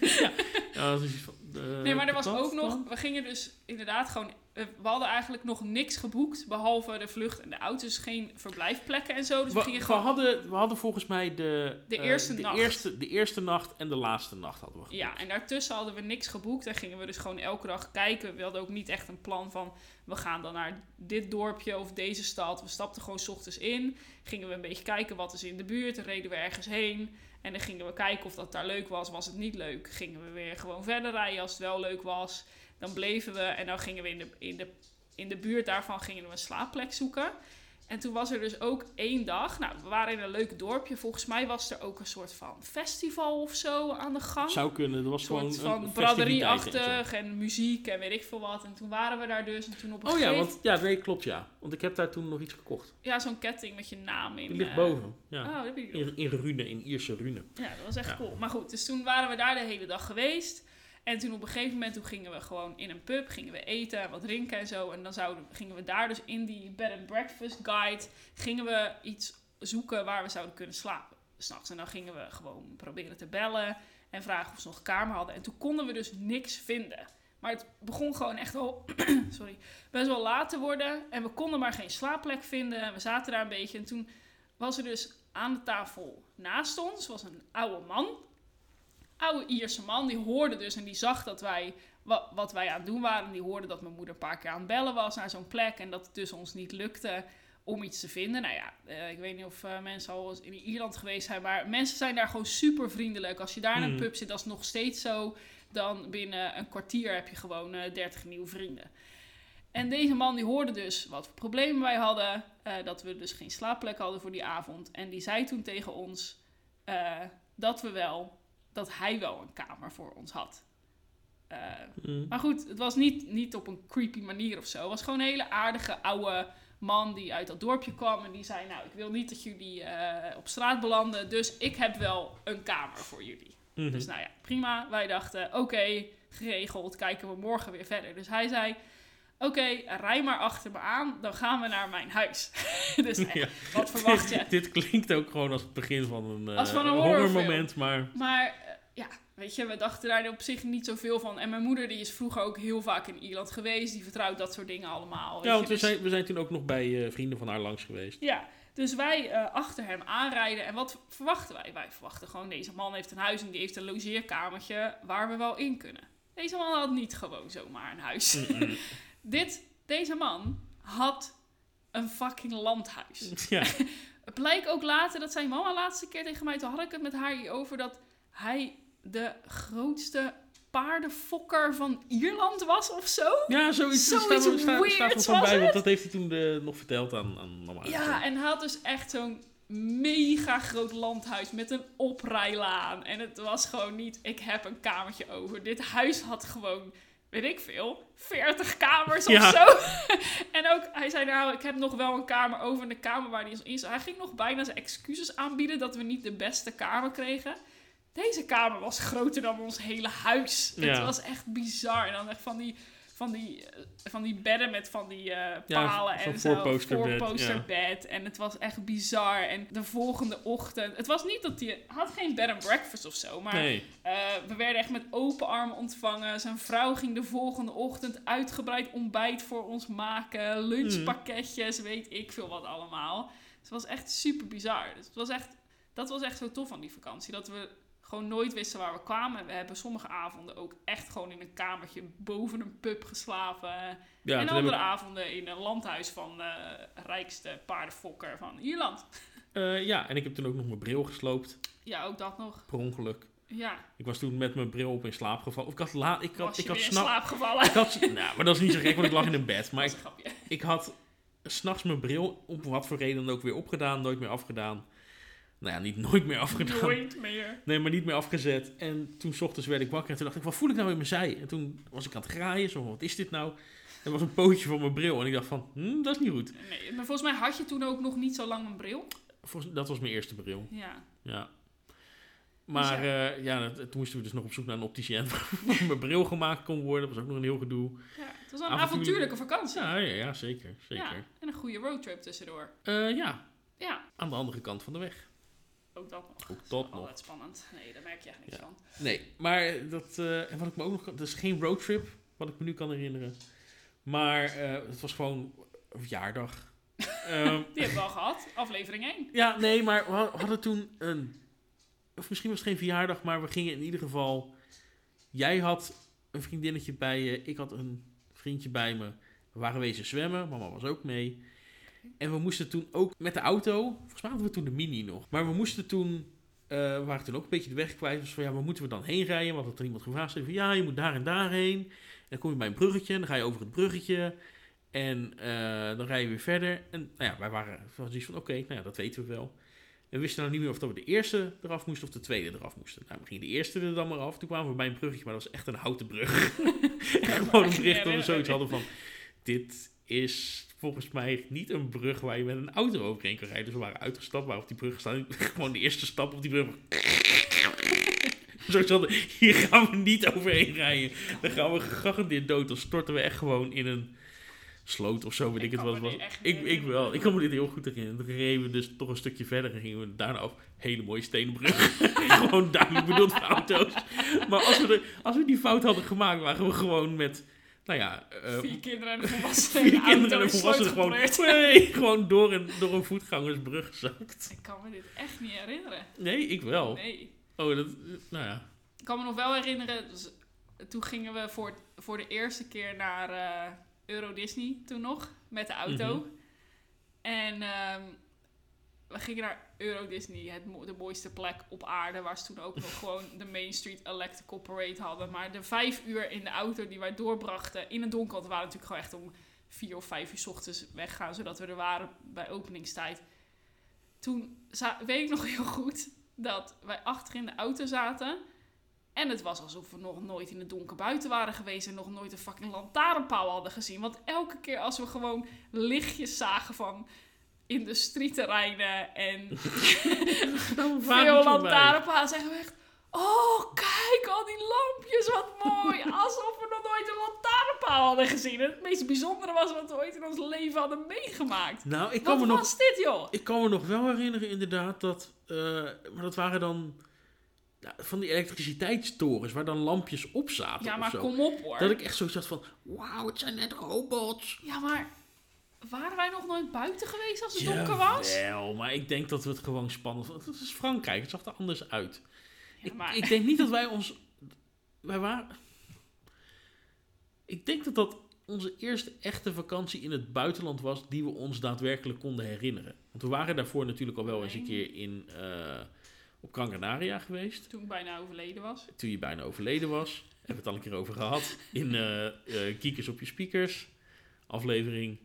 A: Ja, dat is iets van, eh,
B: Nee, maar er was
A: patat
B: ook nog...
A: dan?
B: We gingen dus inderdaad gewoon... eh, We hadden eigenlijk nog niks geboekt, behalve de vlucht en de auto's. Geen verblijfplekken en zo. Dus we,
A: We,
B: gingen
A: we
B: gewoon...
A: hadden, we hadden volgens mij de,
B: De
A: eh,
B: eerste
A: de
B: nacht.
A: Eerste, de eerste nacht en de laatste nacht hadden we.
B: Ja, en daartussen hadden we niks geboekt. En gingen we dus gewoon elke dag kijken. We hadden ook niet echt een plan van... We gaan dan naar dit dorpje of deze stad. We stapten gewoon 's ochtends in. Gingen we een beetje kijken wat is in de buurt. Dan reden we ergens heen. En dan gingen we kijken of dat daar leuk was. Was het niet leuk, gingen we weer gewoon verder rijden als het wel leuk was. Dan bleven we en dan gingen we in de, in de, in de buurt daarvan gingen we een slaapplek zoeken. En toen was er dus ook één dag. Nou, we waren in een leuk dorpje. Volgens mij was er ook een soort van festival of zo aan de gang.
A: Zou kunnen, er was
B: Een
A: gewoon
B: soort van
A: een braderieachtig.
B: braderieachtig en muziek en weet ik veel wat. En toen waren we daar dus. En toen op een
A: Oh ja,
B: gegeven
A: want, ja, nee, klopt ja. Want ik heb daar toen nog iets gekocht.
B: Ja, zo'n ketting met je naam in.
A: Die ligt
B: eh,
A: boven. Ja.
B: Oh, dat heb ik nog.
A: In, in Rune, in Ierse Rune.
B: Ja, dat was echt
A: Ja.
B: cool. Maar goed, dus toen waren we daar de hele dag geweest. En toen op een gegeven moment toen gingen we gewoon in een pub, gingen we eten en wat drinken en zo. En dan zouden, gingen we daar dus in die bed and breakfast guide, gingen we iets zoeken waar we zouden kunnen slapen. S'nachts. En dan gingen we gewoon proberen te bellen en vragen of ze nog een kamer hadden. En toen konden we dus niks vinden. Maar het begon gewoon echt wel, sorry, best wel laat te worden. En we konden maar geen slaapplek vinden. En we zaten daar een beetje. En toen was er dus aan de tafel naast ons was een oude man. Oude Ierse man, die hoorde dus en die zag dat wij wa- wat wij aan het doen waren. Die hoorde dat mijn moeder een paar keer aan het bellen was naar zo'n plek en dat het dus ons niet lukte om iets te vinden. Nou ja, eh, ik weet niet of eh, mensen al eens in Ierland geweest zijn, maar mensen zijn daar gewoon super vriendelijk. Als je daar in een
A: Mhm.
B: pub zit, dat is nog steeds zo. Dan binnen een kwartier heb je gewoon eh 30 nieuwe vrienden. En deze man die hoorde dus wat voor problemen wij hadden. eh, dat we dus geen slaapplek hadden voor die avond. En die zei toen tegen ons eh, dat we wel, dat hij wel een kamer voor ons had. Eh,
A: Mm.
B: maar goed, het was niet, niet op een creepy manier of zo. Het was gewoon een hele aardige oude man die uit dat dorpje kwam. En die zei, nou, ik wil niet dat jullie eh, op straat belanden. Dus ik heb wel een kamer voor jullie.
A: Mhm.
B: Dus nou ja, prima. Wij dachten, oké, geregeld, kijken we morgen weer verder. Dus hij zei, Oké, rij maar achter me aan, dan gaan we naar mijn huis. dus eh,
A: Ja.
B: wat verwacht je?
A: Dit, dit klinkt ook gewoon als het begin van een, eh
B: Als van een
A: horrormoment, maar...
B: Maar eh, ja, weet je, we dachten daar op zich niet zoveel van. En mijn moeder die is vroeger ook heel vaak in Ierland geweest. Die vertrouwt dat soort dingen allemaal. weet
A: Ja,
B: je,
A: want we
B: dus-
A: zijn, we zijn toen ook nog bij eh, vrienden van haar langs geweest.
B: Ja, dus wij eh, achter hem aanrijden. En wat verwachten wij? Wij verwachten gewoon, deze man heeft een huis en die heeft een logeerkamertje waar we wel in kunnen. Deze man had niet gewoon zomaar een huis. Dit, deze man had een fucking landhuis.
A: Ja,
B: Het blijkt ook later dat zijn mama laatste keer tegen mij, toen had ik het met haar hierover, dat hij de grootste paardenfokker van Ierland was of zo.
A: ja zoiets,
B: Zoiets
A: staat er- staat- staat er
B: weirds
A: van
B: was
A: bij, want dat heeft hij toen eh, nog verteld aan, aan mama.
B: Ja, en hij had dus echt zo'n mega groot landhuis met een oprijlaan. En het was gewoon niet, ik heb een kamertje over. Dit huis had gewoon, weet ik veel, 40 kamers
A: Ja.
B: of zo. en ook, hij zei nou, ik heb nog wel een kamer over. En de kamer waar hij is in. Hij ging nog bijna zijn excuses aanbieden dat we niet de beste kamer kregen. Deze kamer was groter dan ons hele huis.
A: Ja.
B: Het was echt bizar. En dan echt van die, van die, eh, van die bedden met van die eh,
A: Ja,
B: palen
A: zo'n
B: en zo.
A: voorposterbed,
B: Voorposterbed. En het was echt bizar. En de volgende ochtend... Het was niet dat hij... had geen bed and breakfast of zo. Maar
A: Nee,
B: eh, we werden echt met open armen ontvangen. Zijn vrouw ging de volgende ochtend uitgebreid ontbijt voor ons maken. Lunchpakketjes, weet ik veel wat allemaal. Dus het was echt super bizar. Dus het was echt, dat was echt zo tof aan die vakantie. Dat we gewoon nooit wisten waar we kwamen. We hebben sommige avonden ook echt gewoon in een kamertje boven een pub geslapen.
A: ja,
B: en
A: toen heb
B: andere
A: ik-
B: avonden in een landhuis van de rijkste paardenfokker van Ierland.
A: eh, ja, en ik heb toen ook nog mijn bril gesloopt,
B: Ja, ook dat nog.
A: per ongeluk.
B: Ja,
A: Ik was toen met mijn bril op in slaap gevallen. Of ik had laat, ik
B: was
A: had,
B: je
A: ik had
B: weer in
A: s'nacht-
B: slaap gevallen.
A: Ik had, nou, maar dat is niet zo gek, want ik lag in een bed. Maar
B: Dat was
A: ik,
B: een grapje.
A: ik had s'nachts mijn bril om wat voor reden dan ook weer opgedaan, nooit meer afgedaan. Nou ja, niet nooit meer afgedaan.
B: Nooit meer.
A: Nee, maar niet meer afgezet. En toen 's ochtends werd ik wakker en toen dacht ik, wat voel ik nou in mijn zij? En toen was ik aan het graaien, zo, wat is dit nou? Er was een pootje van mijn bril en ik dacht van, hm, dat is niet goed.
B: Nee, maar volgens mij had je toen ook nog niet zo lang een bril.
A: Volgens- dat was mijn eerste bril,
B: Ja.
A: ja. Maar eh, ja, dat- toen moesten we dus nog op zoek naar een opticien waar mijn bril gemaakt kon worden. Dat was ook nog een heel gedoe.
B: ja het was wel een
A: Avontuurlijke-
B: avontuurlijke vakantie.
A: Ja, ja, ja zeker, zeker.
B: Ja, en een goede roadtrip tussendoor.
A: Eh, ja,
B: Ja,
A: aan de andere kant van de weg.
B: ook dat nog.
A: Ook dat nog.
B: Altijd spannend. Nee, daar merk je echt niks
A: Ja.
B: van.
A: Nee, maar dat. eh, en wat ik me ook nog. kan- Dat is geen roadtrip, wat ik me nu kan herinneren. Maar eh, het was gewoon een verjaardag. Ehm,
B: Die hebben we al gehad. Aflevering 1.
A: ja, nee, maar we had- hadden toen een. Of misschien was het geen verjaardag, maar we gingen in ieder geval. Jij had een vriendinnetje bij je, ik had een vriendje bij me. We waren wezen zwemmen, mama was ook mee. En we moesten toen ook met de auto. Volgens mij hadden we toen de mini nog. Maar we moesten toen. eh, we waren toen ook een beetje de weg kwijt. Dus van ja, waar moeten we dan heen rijden? Want had er iemand gevraagd. Zei van ja, je moet daar en daar heen. En dan kom je bij een bruggetje. En dan ga je over het bruggetje. En eh, dan rij je weer verder. En nou ja, wij waren van zoiets van oké, nou ja, dat weten we wel. En we wisten nou niet meer of dat we de eerste eraf moesten of de tweede eraf moesten. Nou, we gingen de eerste er dan maar af. Toen kwamen we bij een bruggetje, maar dat was echt een houten brug. en gewoon een bericht dat we zoiets hadden van... Dit is volgens mij niet een brug waar je met een auto overheen kan rijden. Dus we waren uitgestapt, waren op die brug staan. Gewoon de eerste stap op die brug. Zoiets hadden, hier gaan we niet overheen rijden. Dan gaan we gegarandeerd dood. Dan storten we echt gewoon in een sloot of zo, weet ik,
B: Ik
A: het
B: kan
A: wat.
B: me
A: het was.
B: dit echt eh, niet
A: Ik, ik wel. Ik kan me dit heel goed herinneren. Toen reden we dus toch een stukje verder en gingen we daarna af. Hele mooie stenenbrug. gewoon duidelijk bedoeld voor auto's. Maar als we, er- als we die fout hadden gemaakt, waren we gewoon met, nou ja... eh,
B: Vier kinderen en een volwassene.
A: Vier
B: in de
A: kinderen en
B: auto
A: een
B: is
A: volwassene
B: nooit
A: gewoon,
B: gebeurd.
A: nee, gewoon door, een, door een voetgangersbrug gezakt.
B: Ik kan me dit echt niet herinneren.
A: Nee, ik wel.
B: Nee.
A: Oh, dat, nou ja.
B: Ik kan me nog wel herinneren, dus, toen gingen we voor, voor de eerste keer naar eh, Euro Disney, toen nog, met de auto.
A: Mhm.
B: En ehm, we gingen naar Euro Disney, het, mo- de mooiste plek op aarde, waar ze toen ook nog gewoon de Main Street Electrical Parade hadden. Maar de vijf uur in de auto die wij doorbrachten in het donker, want we waren natuurlijk gewoon echt om vier of vijf uur 's ochtends weggaan, zodat we er waren bij openingstijd. Toen za- weet ik nog heel goed dat wij achter in de auto zaten. En het was alsof we nog nooit in het donker buiten waren geweest en nog nooit een fucking lantaarnpaal hadden gezien. Want elke keer als we gewoon lichtjes zagen van industrieterreinen en veel lantaarnpalen, zeggen we echt... Oh, kijk, al die lampjes, wat mooi. Alsof we nog nooit een allemaal hadden gezien. En het meest bijzondere was wat we ooit in ons leven hadden meegemaakt.
A: Nou, ik kan, me
B: Wat
A: nog,
B: was dit, joh?
A: ik kan me nog wel herinneren inderdaad dat... eh, maar dat waren dan ja, van die elektriciteitstorens waar dan lampjes op zaten
B: Ja,
A: of
B: maar
A: zo.
B: kom op, hoor.
A: Dat ik echt zoiets had van, wauw, het zijn net robots.
B: Ja, maar waren wij nog nooit buiten geweest als het
A: Ja,
B: donker was?
A: Wel, maar ik denk dat we het gewoon spannend vonden. Het is Frankrijk, het zag er anders uit.
B: Ja, maar...
A: Ik, ik denk niet dat wij ons... Wij waren... Ik denk dat dat onze eerste echte vakantie in het buitenland was... die we ons daadwerkelijk konden herinneren. Want we waren daarvoor natuurlijk al wel eens een keer in, eh, op Gran Canaria geweest.
B: Toen ik bijna overleden was.
A: Toen je bijna overleden was. Hebben we het al een keer over gehad. In eh eh, Kiekers op je speakers. Aflevering...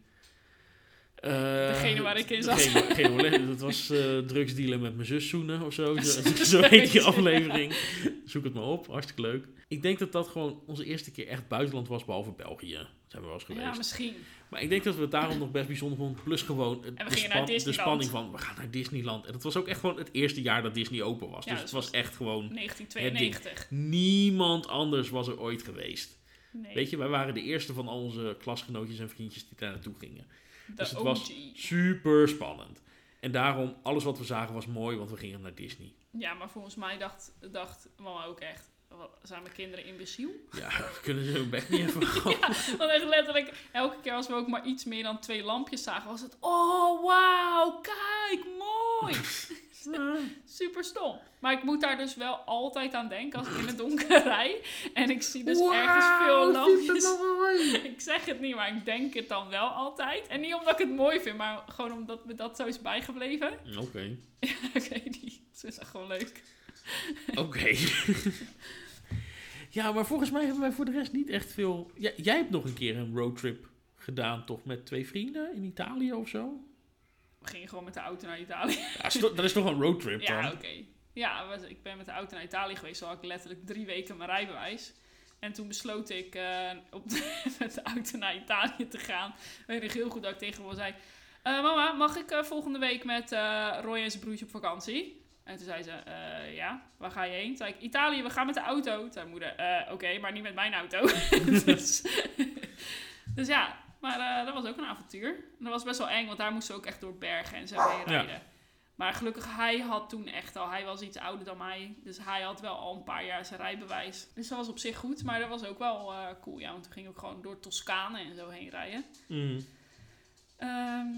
A: eh,
B: Degene waar ik in zat.
A: degene- degene waar ik- dat was eh drugsdealen met mijn zus zoenen of zo. Zo, zo heet die aflevering. Zoek het maar op. Hartstikke leuk. Ik denk dat dat gewoon onze eerste keer echt buitenland was, behalve België. Zijn we wel eens geweest.
B: Ja,
A: maar...
B: misschien.
A: ik denk dat we het daarom nog best bijzonder vonden. Plus gewoon het,
B: we
A: de,
B: gingen naar
A: de
B: Disneyland.
A: spanning van, we gaan naar Disneyland. En dat was ook echt gewoon het eerste jaar dat Disney open was.
B: Ja,
A: dus
B: dus
A: het was echt gewoon,
B: 1992.
A: niemand anders was er ooit geweest.
B: Nee,
A: Weet je, wij waren de eerste van al onze klasgenootjes en vriendjes die daar naartoe gingen.
B: de
A: dus het
B: OG.
A: was- Super spannend. En daarom, alles wat we zagen was mooi, want we gingen naar Disney.
B: Ja, maar volgens mij dacht, dacht mama ook echt... Wat, zijn mijn kinderen imbeciel?
A: Ja, we kunnen ze hun bek niet even houden.
B: Want echt letterlijk, elke keer als we ook maar iets meer dan twee lampjes zagen, was het... Oh, wauw, kijk, mooi! Super stom. Maar ik moet daar dus wel altijd aan denken als ik in het donker rij. En ik zie dus ergens veel lampjes. Ik zeg het niet, maar ik denk het dan wel altijd. En niet omdat ik het mooi vind, maar gewoon omdat me dat zo is bijgebleven.
A: Oké.
B: Ik weet niet. Het is echt gewoon leuk.
A: Oké. ja, maar volgens mij hebben wij voor de rest niet echt veel... Ja, jij hebt nog een keer een roadtrip gedaan, toch? Met twee vrienden in Italië of zo?
B: We gingen gewoon met de auto naar Italië.
A: Ja, is toch- dat is toch een roadtrip dan?
B: Ja, oké. Ja, was- ik ben met de auto naar Italië geweest. Zo had ik letterlijk drie weken mijn rijbewijs. En toen besloot ik eh, op de- met de auto naar Italië te gaan. Weet ik heel goed dat ik tegen hem zei... "Eh, mama, mag ik eh, volgende week met eh, Roy en zijn broertje op vakantie? En toen zei ze, "Eh, ja, waar ga je heen? Toen zei ik, Italië, we gaan met de auto. Toen zei moeder, "Eh, oké, maar niet met mijn auto. dus, dus ja, maar eh, dat was ook een avontuur. En dat was best wel eng, want daar moesten we ook echt door bergen en zo heen
A: Ja.
B: rijden. Maar gelukkig, hij had toen echt al, hij was iets ouder dan mij. Dus hij had wel al een paar jaar zijn rijbewijs. Dus dat was op zich goed, maar dat was ook wel eh, cool. Ja, want toen ging ik ook gewoon door Toscane en zo heen rijden.
A: Mm.
B: Ehm,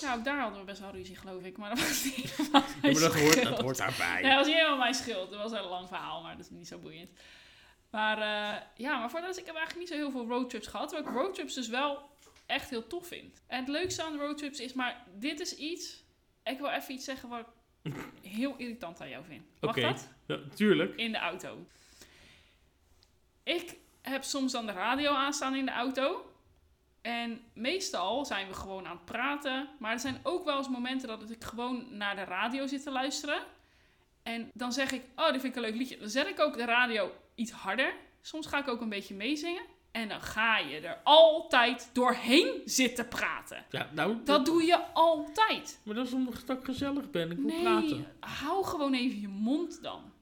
B: ja, ook daar hadden we best wel ruzie, geloof ik. Maar dat was niet helemaal
A: Ja,
B: mijn
A: maar dat hoort, dat
B: schuld.
A: hoort daarbij.
B: Nee, dat was niet helemaal mijn schuld. Dat was een lang verhaal, maar dat is niet zo boeiend. Maar eh, ja, maar voor de rest, ik heb eigenlijk niet zo heel veel roadtrips gehad. Terwijl ik roadtrips dus wel echt heel tof vind. En het leukste aan roadtrips is, maar dit is iets... Ik wil even iets zeggen wat ik heel irritant aan jou vind. Mag
A: Oké.
B: dat?
A: Ja, tuurlijk.
B: In de auto. Ik heb soms dan de radio aanstaan in de auto. En meestal zijn we gewoon aan het praten. Maar er zijn ook wel eens momenten dat ik gewoon naar de radio zit te luisteren. En dan zeg ik, oh, dit vind ik een leuk liedje. Dan zet ik ook de radio iets harder. Soms ga ik ook een beetje meezingen. En dan ga je er altijd doorheen zitten praten.
A: Ja, nou,
B: Dat doe je altijd.
A: maar dat is omdat ik gezellig ben. Ik moet
B: Nee,
A: praten.
B: hou gewoon even je mond dan.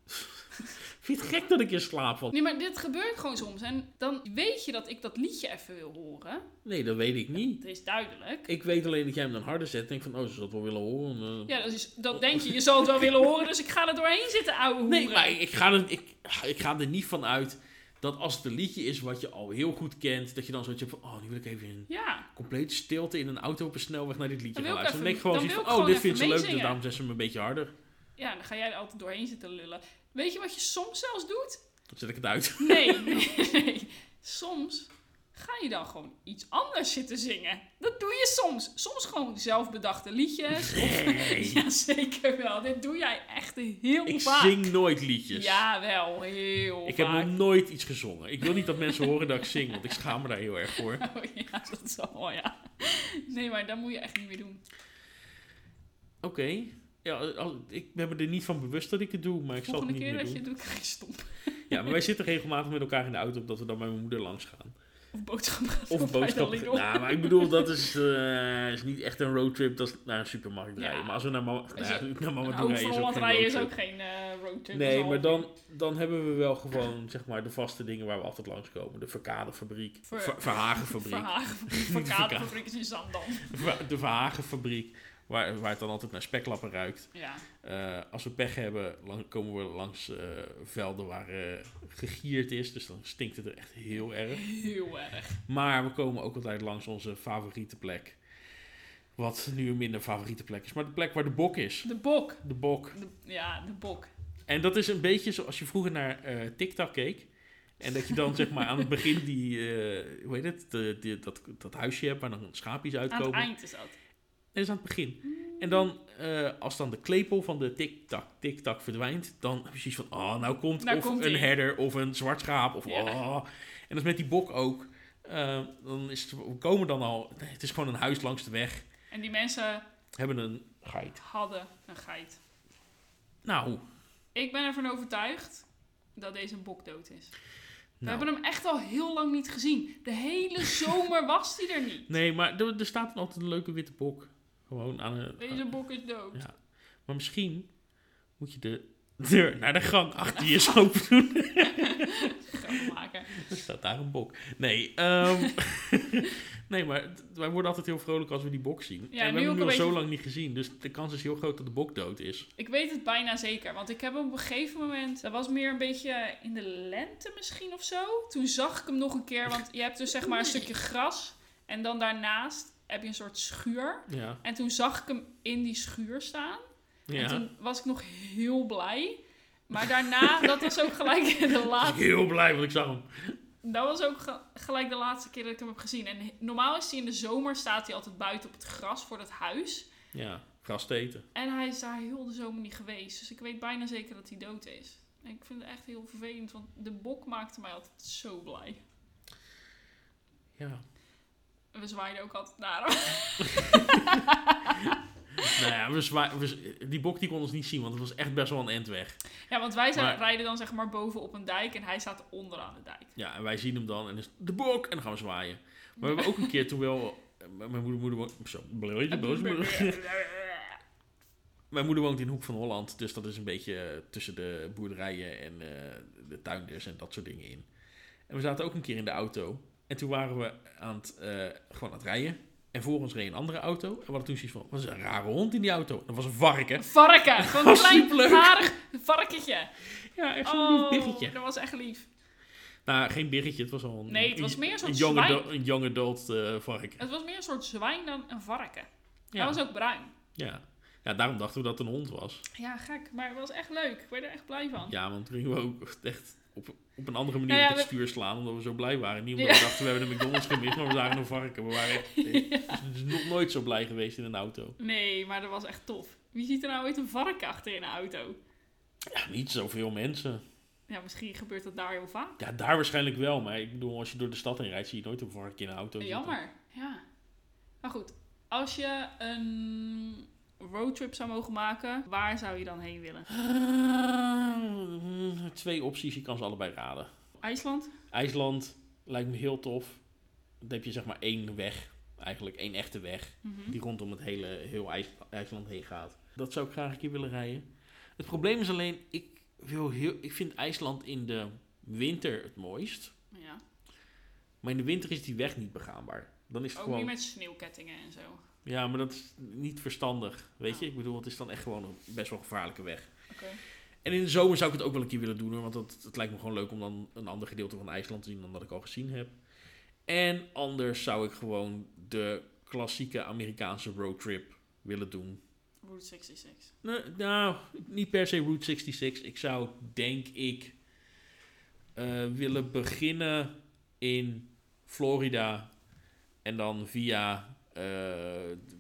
A: Vind je het gek dat ik in slaap val?
B: Nee, maar dit gebeurt gewoon soms. En dan weet je dat ik dat liedje even wil horen.
A: Nee, dat weet ik niet.
B: Dat is duidelijk.
A: Ik weet alleen dat jij hem dan harder zet. Denk van, oh, ze dat wel willen horen. eh.
B: Ja, dat, is, dat denk je. Je zal het wel willen horen, dus ik ga er doorheen zitten, ouwe hoeren.
A: nee, maar ik ga, er, ik, ik ga er niet van uit dat als het een liedje is wat je al heel goed kent, dat je dan zoiets hebt van, oh, nu wil ik even in
B: Ja,
A: complete stilte in een auto op een snelweg naar dit liedje
B: Dan
A: gaan
B: wil ik
A: luisteren. Dan denk ik gewoon
B: even- dan
A: zoiets van,
B: wil ik
A: oh, dit
B: gewoon
A: vindt ze
B: even
A: leuk, dus
B: meezingen.
A: daarom zet ze hem een beetje harder.
B: ja, dan ga jij er altijd doorheen zitten lullen. Weet je wat je soms zelfs doet?
A: Dan zet ik het uit.
B: Nee, nee, nee. Soms ga je dan gewoon iets anders zitten zingen. Dat doe je soms. Soms gewoon zelfbedachte liedjes.
A: Nee,
B: Ja, zeker wel. Dit doe jij echt heel
A: ik
B: vaak.
A: zing nooit liedjes.
B: Ja, wel. Heel
A: Ik heb
B: vaak.
A: nog nooit iets gezongen. Ik wil niet dat mensen horen dat ik zing, want ik schaam me daar heel erg voor.
B: Oh ja, dat is wel mooi, ja. Nee, maar dat moet je echt niet meer doen.
A: Oké. Ja, als- ik ben me er niet van bewust dat ik het doe, maar ik zal het
B: Volgende
A: niet
B: keer
A: meer
B: dat
A: doen.
B: je het doet, krijg je stom.
A: Ja, maar wij zitten regelmatig met elkaar in de auto, omdat we dan bij mijn moeder langs gaan.
B: Of boodschappen gaat
A: Of
B: doen bij de
A: boodschappen.
B: Lidl.
A: Nou, maar ik bedoel, dat is, eh, is niet echt een roadtrip. Dat is naar een supermarkt
B: Ja.
A: rijden. Maar als we naar Mama, nou,
B: Als
A: ja,
B: je-
A: naar mama
B: Nou,
A: toe
B: voor
A: rijden is ook
B: Holland
A: geen
B: rijden is
A: roadtrip.
B: ook geen eh, roadtrip. Dat is
A: Nee,
B: al
A: maar dan, dan hebben we wel gewoon zeg maar, de vaste dingen waar we altijd langskomen. De Verkadefabriek.
B: Ver-
A: Ver, Verhagenfabriek.
B: Verhagenfabriek. Verkadefabriek is in Zandam.
A: Ver- de Verhagenfabriek. Waar, waar het dan altijd naar speklappen ruikt.
B: Ja.
A: Eh, als we pech hebben, lang, komen we langs eh, velden waar eh, gegierd is. Dus dan stinkt het er echt heel erg.
B: Heel erg.
A: Maar we komen ook altijd langs onze favoriete plek. Wat nu een minder favoriete plek is, maar de plek waar de bok is.
B: De bok.
A: De bok.
B: De- ja, de bok.
A: En dat is een beetje zoals je vroeger naar eh TikTok keek. En dat je dan zeg maar aan het begin die, eh, hoe heet het, de- die- dat, dat huisje hebt waar dan schaapjes
B: Aan het
A: uitkomen.
B: eind is dat.
A: Dat is aan het begin.
B: Hmm.
A: En dan, eh, als dan de klepel van de tik-tak, tik-tak verdwijnt, dan precies van, oh, nou komt
B: Nou
A: of
B: komt
A: een
B: ie.
A: herder of een zwart schaap. Of,
B: Ja.
A: oh. En dat is met die bok ook. Eh, dan is het, we komen dan al, het is gewoon een huis langs de weg,
B: En die mensen
A: hebben een geit.
B: hadden een geit.
A: Nou,
B: Ik ben ervan overtuigd dat deze bok dood is. We
A: nou.
B: hebben hem echt al heel lang niet gezien. De hele zomer was hij er niet.
A: nee, maar er, er staat dan altijd een leuke witte bok. Gewoon aan een...
B: Deze bok is dood.
A: Ja. Maar misschien moet je de deur naar de gang achter je eens open doen.
B: Grap maken.
A: Er staat daar een bok. Nee, ehm, nee, maar t- wij worden altijd heel vrolijk als we die bok zien.
B: nu
A: en we hebben hem
B: ook
A: nu
B: een
A: al zo
B: beetje-
A: lang niet gezien, dus de kans is heel groot dat de bok dood is.
B: Ik weet het bijna zeker, want ik heb hem op een gegeven moment, dat was meer een beetje in de lente misschien of zo. Toen zag ik hem nog een keer, want je hebt dus zeg maar een stukje gras en dan daarnaast heb je een soort schuur.
A: Ja,
B: En toen zag ik hem in die schuur staan. En
A: ja.
B: toen was ik nog heel blij. Maar daarna, dat was ook gelijk de
A: Ik was
B: laatste,
A: heel blij, want ik zag hem.
B: dat was ook ge- gelijk de laatste keer dat ik hem heb gezien. En he- normaal is hij in de zomer, staat hij altijd buiten op het gras voor dat huis.
A: Ja, gras te eten.
B: En hij is daar heel de zomer niet geweest. Dus ik weet bijna zeker dat hij dood is. En ik vind het echt heel vervelend, want de bok maakte mij altijd zo blij.
A: Ja.
B: En We zwaaiden ook altijd naar hem.
A: Nou ja, we zwa- we z- die bok die kon ons niet zien, want het was echt best wel een end weg.
B: Ja, want wij zijn,
A: Maar-
B: rijden dan zeg maar boven op een dijk en hij staat onderaan de dijk.
A: Ja, en wij zien hem dan en is de bok en dan gaan we zwaaien. Maar we hebben ook een keer toen wel... eh, Mijn moeder, moeder, wo- zo, Mijn moeder woont in Hoek van Holland, dus dat is een beetje eh, tussen de boerderijen en eh, de tuinders en dat soort dingen in. En we zaten ook een keer in de auto en toen waren we aan het, eh, gewoon aan het rijden. En voor ons reed een andere auto. En we hadden toen zoiets van, wat is een rare hond in die auto. Dat was een varken.
B: Een Varken, gewoon een klein
A: Superleuk.
B: harig varkentje.
A: Ja, echt zo'n lief
B: Oh,
A: biggetje.
B: dat was echt lief.
A: Nou, geen biggetje, het was al een...
B: Nee, het was
A: een-
B: meer Oh, een soort
A: een young,
B: zwijn.
A: adult, een young adult eh, varken.
B: Het was meer een soort zwijn dan een varken.
A: Ja,
B: Hij was ook bruin.
A: ja. ja, daarom dachten we dat het een hond was.
B: Ja, gek, maar het was echt leuk. Ik werd er echt blij van.
A: Ja, want toen gingen we ook echt op, op een andere manier
B: Nou ja,
A: op het
B: we-
A: stuur slaan, omdat we zo blij waren. Niet
B: Ja.
A: omdat we dachten, we hebben de McDonald's gemist, maar we zagen een varken. We waren echt dus nog nooit zo blij geweest in een auto.
B: Nee, maar dat was echt tof. Wie ziet er nou ooit een varken achter in een auto?
A: Ja, niet zoveel mensen.
B: Ja, misschien gebeurt dat daar heel vaak.
A: Ja, daar waarschijnlijk wel, maar ik bedoel, als je door de stad heen rijdt, zie je nooit een varken in een auto zitten.
B: Jammer, ja. Maar goed, als je een roadtrip zou mogen maken, waar zou je dan heen willen?
A: Ah, twee opties, je kan ze allebei raden.
B: IJsland?
A: IJsland lijkt me heel tof. Dan heb je zeg maar één weg, eigenlijk één echte weg.
B: Mhm.
A: die rondom het hele heel IJs- IJsland heen gaat. Dat zou ik graag een keer willen rijden. Het probleem is alleen, ik, wil heel, ik vind IJsland in de winter het mooist.
B: Ja.
A: Maar in de winter is die weg niet begaanbaar. Dan is het
B: Ook niet
A: gewoon.
B: met sneeuwkettingen en zo. Oké.
A: Ja, maar dat is niet verstandig. Weet je,
B: Ja.
A: ik bedoel, het is dan echt gewoon een best wel gevaarlijke weg. En in de zomer zou ik het ook wel een keer willen doen, hoor, want dat, het lijkt me gewoon leuk om dan een ander gedeelte van IJsland te zien dan dat ik al gezien heb. En anders zou ik gewoon de klassieke Amerikaanse roadtrip willen doen.
B: Route 66.
A: Nou, nou, niet per se Route 66. Ik zou, denk ik, eh, willen beginnen in Florida. En dan via eh,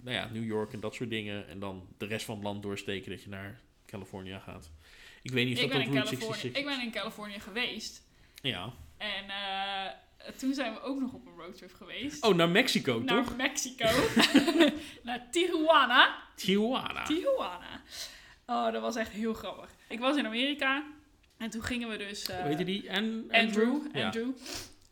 A: nou ja, New York en dat soort dingen. En dan de rest van het land doorsteken dat je naar California gaat. Ik weet niet of
B: Ik
A: dat
B: ben,
A: ook
B: in
A: Route
B: Californië,
A: 66
B: ik ben in Californië geweest.
A: Ja.
B: En eh, toen zijn we ook nog op een roadtrip geweest.
A: Oh, naar Mexico,
B: naar
A: toch?
B: Mexico. naar Tijuana.
A: Tijuana.
B: Tijuana. Oh, dat was echt heel grappig. Ik was in Amerika en toen gingen we dus. eh,
A: Weet je die? En,
B: Andrew. Andrew.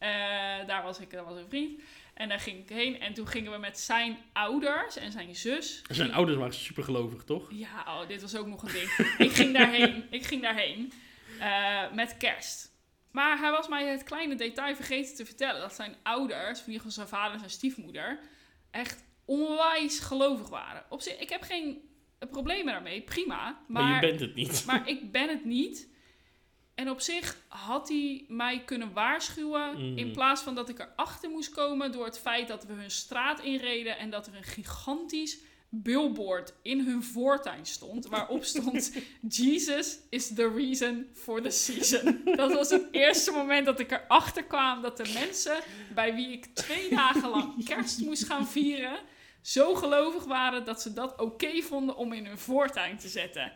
A: Ja.
B: Eh, daar was ik, dat was een vriend. En daar ging ik heen. En toen gingen we met zijn ouders en zijn zus.
A: Zijn ouders waren supergelovig, toch?
B: Ja, oh, dit was ook nog een ding. ik ging daarheen. Ik ging daarheen. eh, met kerst. Maar hij was mij het kleine detail vergeten te vertellen. Dat zijn ouders, in ieder geval zijn vader en zijn stiefmoeder, echt onwijs gelovig waren. Op zich, ik heb geen eh, problemen daarmee. Prima.
A: Maar,
B: Maar,
A: je bent het niet.
B: maar ik ben het niet. En op zich had hij mij kunnen waarschuwen.
A: Mhm.
B: In plaats van dat ik erachter moest komen door het feit dat we hun straat inreden. En dat er een gigantisch billboard in hun voortuin stond. Waarop stond: Jesus is the reason for the season. Dat was het eerste moment dat ik erachter kwam dat de mensen bij wie ik twee dagen lang kerst moest gaan vieren. Zo gelovig waren dat ze dat oké vonden om in hun voortuin te zetten.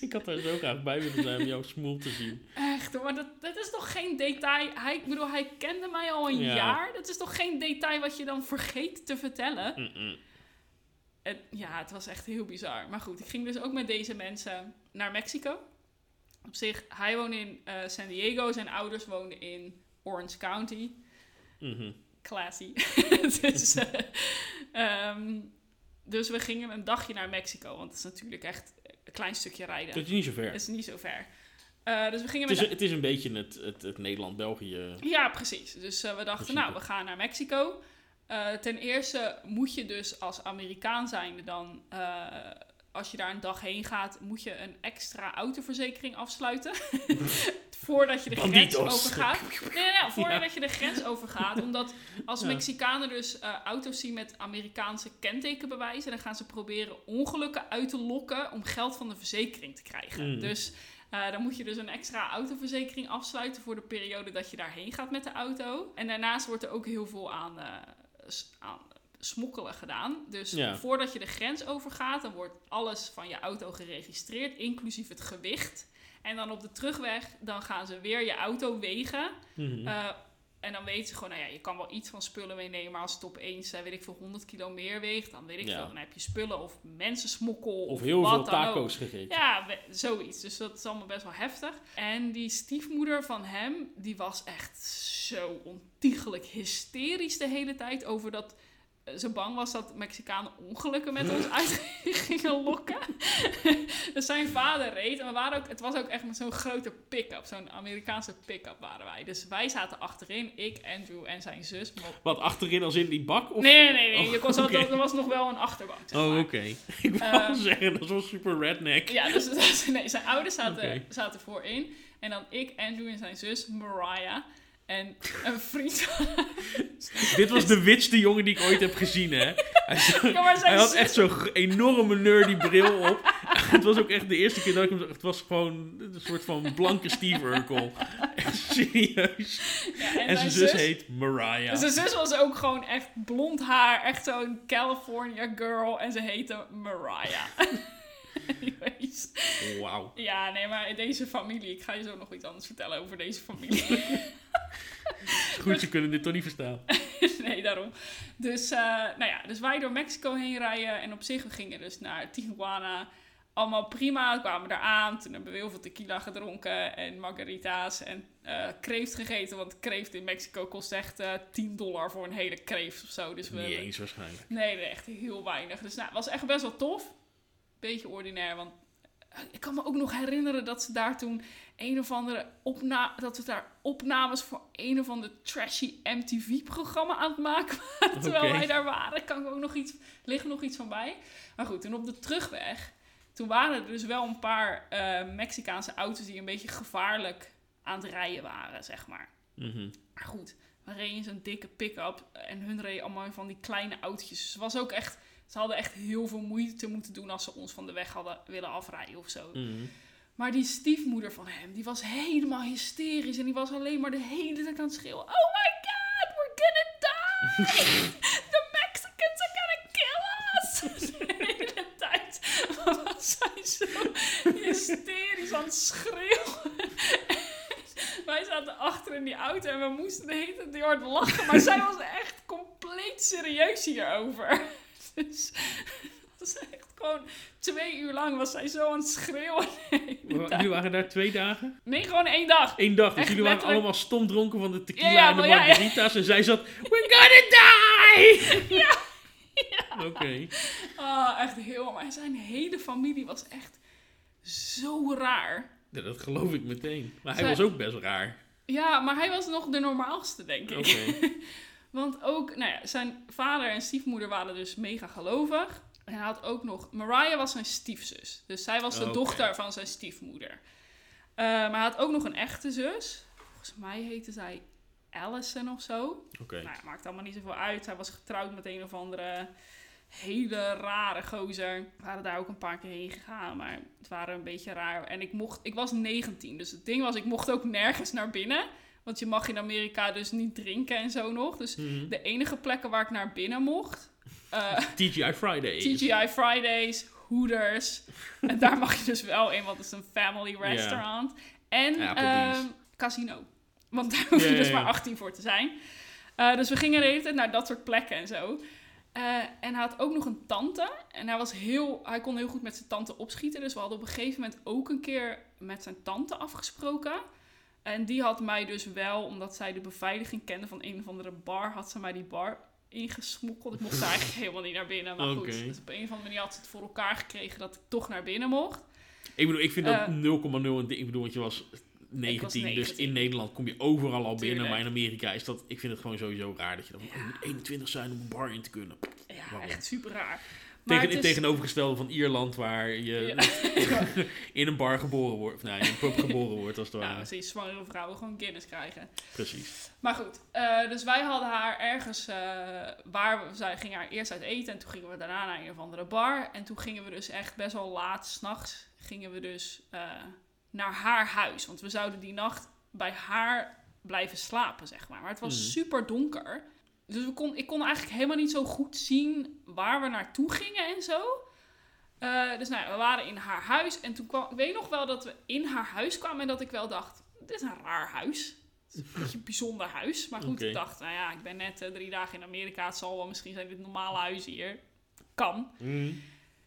A: Ik had daar zo graag bij willen zijn om jouw smoel te zien.
B: Echt, maar dat, dat is toch geen detail. Hij, ik bedoel, hij kende mij al een
A: Ja.
B: jaar. Dat is toch geen detail wat je dan vergeet te vertellen?
A: Mm-mm.
B: En ja, het was echt heel bizar. Maar goed, ik ging dus ook met deze mensen naar Mexico. Op zich, hij woonde in eh, San Diego. Zijn ouders woonden in Orange County.
A: Mhm.
B: Classy. dus, eh, ehm, dus we gingen een dagje naar Mexico. Want het is natuurlijk echt een klein stukje rijden.
A: Dat is niet zo ver.
B: Het is niet zo ver. Eh, dus we gingen
A: Het
B: met
A: is, het is een beetje het, het, het Nederland-België.
B: Ja, precies. Dus eh, we dachten,
A: Principe.
B: nou, we gaan naar Mexico. Eh, ten eerste moet je dus als Amerikaan zijnde dan, eh, als je daar een dag heen gaat, moet je een extra autoverzekering afsluiten. voordat je de grens
A: Bandidos.
B: overgaat. Nee, nee, nee, voordat je de grens overgaat. Omdat als
A: Ja.
B: Mexicanen dus eh, auto's zien met Amerikaanse kentekenbewijzen, dan gaan ze proberen ongelukken uit te lokken om geld van de verzekering te krijgen.
A: Mm.
B: Dus eh, dan moet je dus een extra autoverzekering afsluiten voor de periode dat je daarheen gaat met de auto. En daarnaast wordt er ook heel veel aan, eh, s- aan smokkelen gedaan. Dus
A: Ja.
B: voordat je de grens overgaat, dan wordt alles van je auto geregistreerd, inclusief het gewicht. En dan op de terugweg, dan gaan ze weer je auto wegen.
A: Mhm.
B: Eh, en dan weten ze gewoon, nou ja, je kan wel iets van spullen meenemen. Maar als het opeens, eh, weet ik veel, 100 kilo meer weegt, dan weet ik
A: Ja.
B: veel. Dan heb je spullen of mensensmokkel.
A: of heel
B: Oh, wat
A: veel
B: dan ook.
A: taco's gegeten.
B: Ja, we- zoiets. Dus dat is allemaal best wel heftig. En die stiefmoeder van hem, die was echt zo ontiegelijk hysterisch de hele tijd over dat eh, ze bang was dat Mexicanen ongelukken met ons uit gingen lokken. dus zijn vader reed en we waren ook, het was ook echt met zo'n grote pick-up, zo'n Amerikaanse pick-up waren wij. Dus wij zaten achterin, ik, Andrew en zijn zus. Maar-
A: Wat achterin als in die bak? Of...
B: Nee, nee, nee, nee.
A: Oh,
B: je kon zo-
A: oké.
B: er was nog wel een achterbank. zeg
A: Oh,
B: maar.
A: oké. Ik wou
B: Ehm,
A: zeggen, dat is wel super redneck.
B: Ja, dus dat was- nee, zijn ouders zaten,
A: Oké.
B: zaten voorin. En dan ik, Andrew en zijn zus, Mariah. En een vriend van...
A: Dit was de witste jongen die ik ooit heb gezien, hè? Hij, zo-
B: Ja, maar zijn
A: hij had
B: zus-
A: echt zo'n g- enorme nerdy bril op. het was ook echt de eerste keer dat ik hem zag. Het was gewoon een soort van blanke Steve Urkel. Echt Serieus.
B: Ja,
A: En, zijn zus, heet Mariah.
B: Zijn zus was ook gewoon echt blond haar. Echt zo'n California girl. En ze heette Mariah. Anyways.
A: Wauw.
B: Ja, nee, maar deze familie... Ik ga je zo nog iets anders vertellen over deze familie.
A: Goed, ze kunnen dit toch niet verstaan.
B: nee, daarom. Dus, eh, nou ja, dus wij door Mexico heen rijden. En op zich, we gingen dus naar Tijuana. Allemaal prima. We kwamen daar aan. Toen hebben we heel veel tequila gedronken. En margarita's. En eh, kreeft gegeten. Want kreeft in Mexico kost echt eh 10 dollar voor een hele kreeft of zo. Dus we
A: Niet
B: hebben-
A: eens waarschijnlijk.
B: Nee, nee, echt heel weinig. Dus nou, het was echt best wel tof. Beetje ordinair, want eh, ik kan me ook nog herinneren dat ze daar toen een of andere opna dat we daar opnames voor een of ander trashy MTV-programma aan het maken waren. Terwijl
A: Oké.
B: wij daar waren, kan ik ook nog iets, ligt nog iets van bij. Maar goed, en op de terugweg, toen waren er dus wel een paar eh, Mexicaanse auto's die een beetje gevaarlijk aan het rijden waren, zeg maar.
A: Mhm.
B: Maar goed, we reden in zo'n dikke pick-up en hun reden allemaal in van die kleine autootjes. Dus het was ook echt, ze hadden echt heel veel moeite moeten doen als ze ons van de weg hadden willen afrijden of zo.
A: Mhm.
B: Maar die stiefmoeder van hem, die was helemaal hysterisch en die was alleen maar de hele tijd aan het schreeuwen. Oh my god, we're gonna die! The Mexicans are gonna kill us! De hele tijd was zij zo hysterisch aan het schreeuwen. Wij zaten achter in die auto en we moesten de hele tijd heel hard lachen. Maar zij was echt compleet serieus hierover. Dus dat was echt gewoon twee uur lang was zij zo aan het schreeuwen.
A: Jullie waren daar twee dagen?
B: Nee, gewoon één dag.
A: Eén dag. Dus
B: Echt
A: jullie waren
B: letterlijk.
A: allemaal stom dronken van de tequila
B: Ja, ja,
A: en de
B: maar ja, ja.
A: margaritas. En zij zat, we're gonna die! Oké.
B: Ah, echt heel. Maar zijn hele familie was echt zo raar.
A: Ja, dat geloof ik meteen. Maar hij
B: Zij-
A: was ook best raar.
B: Ja, maar hij was nog de normaalste, denk ik.
A: Oké.
B: Want ook, nou ja, zijn vader en stiefmoeder waren dus mega gelovig. En hij had ook nog... Mariah was zijn stiefzus. Dus zij was de
A: Oké.
B: dochter van zijn stiefmoeder. Eh, maar hij had ook nog een echte zus. Volgens mij heette zij Allison of zo.
A: Oké.
B: Nou, ja, maakt allemaal niet zoveel uit. Hij was getrouwd met een of andere hele rare gozer. We waren daar ook een paar keer heen gegaan, maar het waren een beetje raar. En ik, mocht, ik was 19, dus het ding was, ik mocht ook nergens naar binnen. Want je mag in Amerika dus niet drinken en zo nog. Dus
A: Mhm.
B: de enige plekken waar ik naar binnen mocht, eh,
A: TGI Friday.
B: TGI Fridays, Hooters. en daar mag je dus wel in, want het is een family
A: Ja.
B: restaurant. En
A: Ja, Applebee's.
B: ehm, casino. Want daar hoef je
A: Ja, ja,
B: dus
A: ja.
B: maar 18 voor te zijn. Eh, dus we gingen de hele tijd naar dat soort plekken en zo. Eh, en hij had ook nog een tante. En hij, was heel, hij kon heel goed met zijn tante opschieten. Dus we hadden op een gegeven moment ook een keer met zijn tante afgesproken. En die had mij dus wel, omdat zij de beveiliging kende van een of andere bar, had ze mij die bar ingesmokkeld. Ik mocht daar eigenlijk helemaal niet naar binnen. Maar
A: Oké.
B: goed, dus op een of andere manier had ze het voor elkaar gekregen dat ik toch naar binnen mocht.
A: Ik bedoel, ik vind dat
B: Eh.
A: 0,0 een ding. Ik bedoel, want je was 19, dus
B: 19.
A: in Nederland kom je overal al binnen.
B: Tuurlijk.
A: Maar in Amerika is dat, ik vind het gewoon sowieso raar dat je dan moet 21 zijn om een bar in te kunnen.
B: Ja,
A: Waarom?
B: echt super raar. Maar
A: Tegen,
B: het is-
A: Tegenovergestelde van Ierland, waar je
B: Ja.
A: in een bar geboren wordt. Of nou, in een pub geboren wordt, als het
B: Ja,
A: ware.
B: dan zie je zwangere vrouwen gewoon Guinness krijgen.
A: Precies.
B: Maar goed, eh, dus wij hadden haar ergens eh, waar we, zij ging haar eerst uit eten en toen gingen we daarna naar een of andere bar. En toen gingen we dus echt best wel laat s'nachts gingen we dus eh, naar haar huis. Want we zouden die nacht bij haar blijven slapen, zeg maar. Maar het was
A: Mhm.
B: super donker. Dus we kon, ik kon eigenlijk helemaal niet zo goed zien waar we naartoe gingen en zo. Eh, dus nou ja, we waren in haar huis en toen kwam... Ik weet nog wel dat we in haar huis kwamen en dat ik wel dacht... Dit is een raar huis. Het is een beetje een bijzonder huis. Maar goed,
A: Oké.
B: ik dacht, nou ja, ik ben net eh, drie dagen in Amerika. Het zal wel, misschien zijn dit normale huizen hier. Kan.
A: Mm.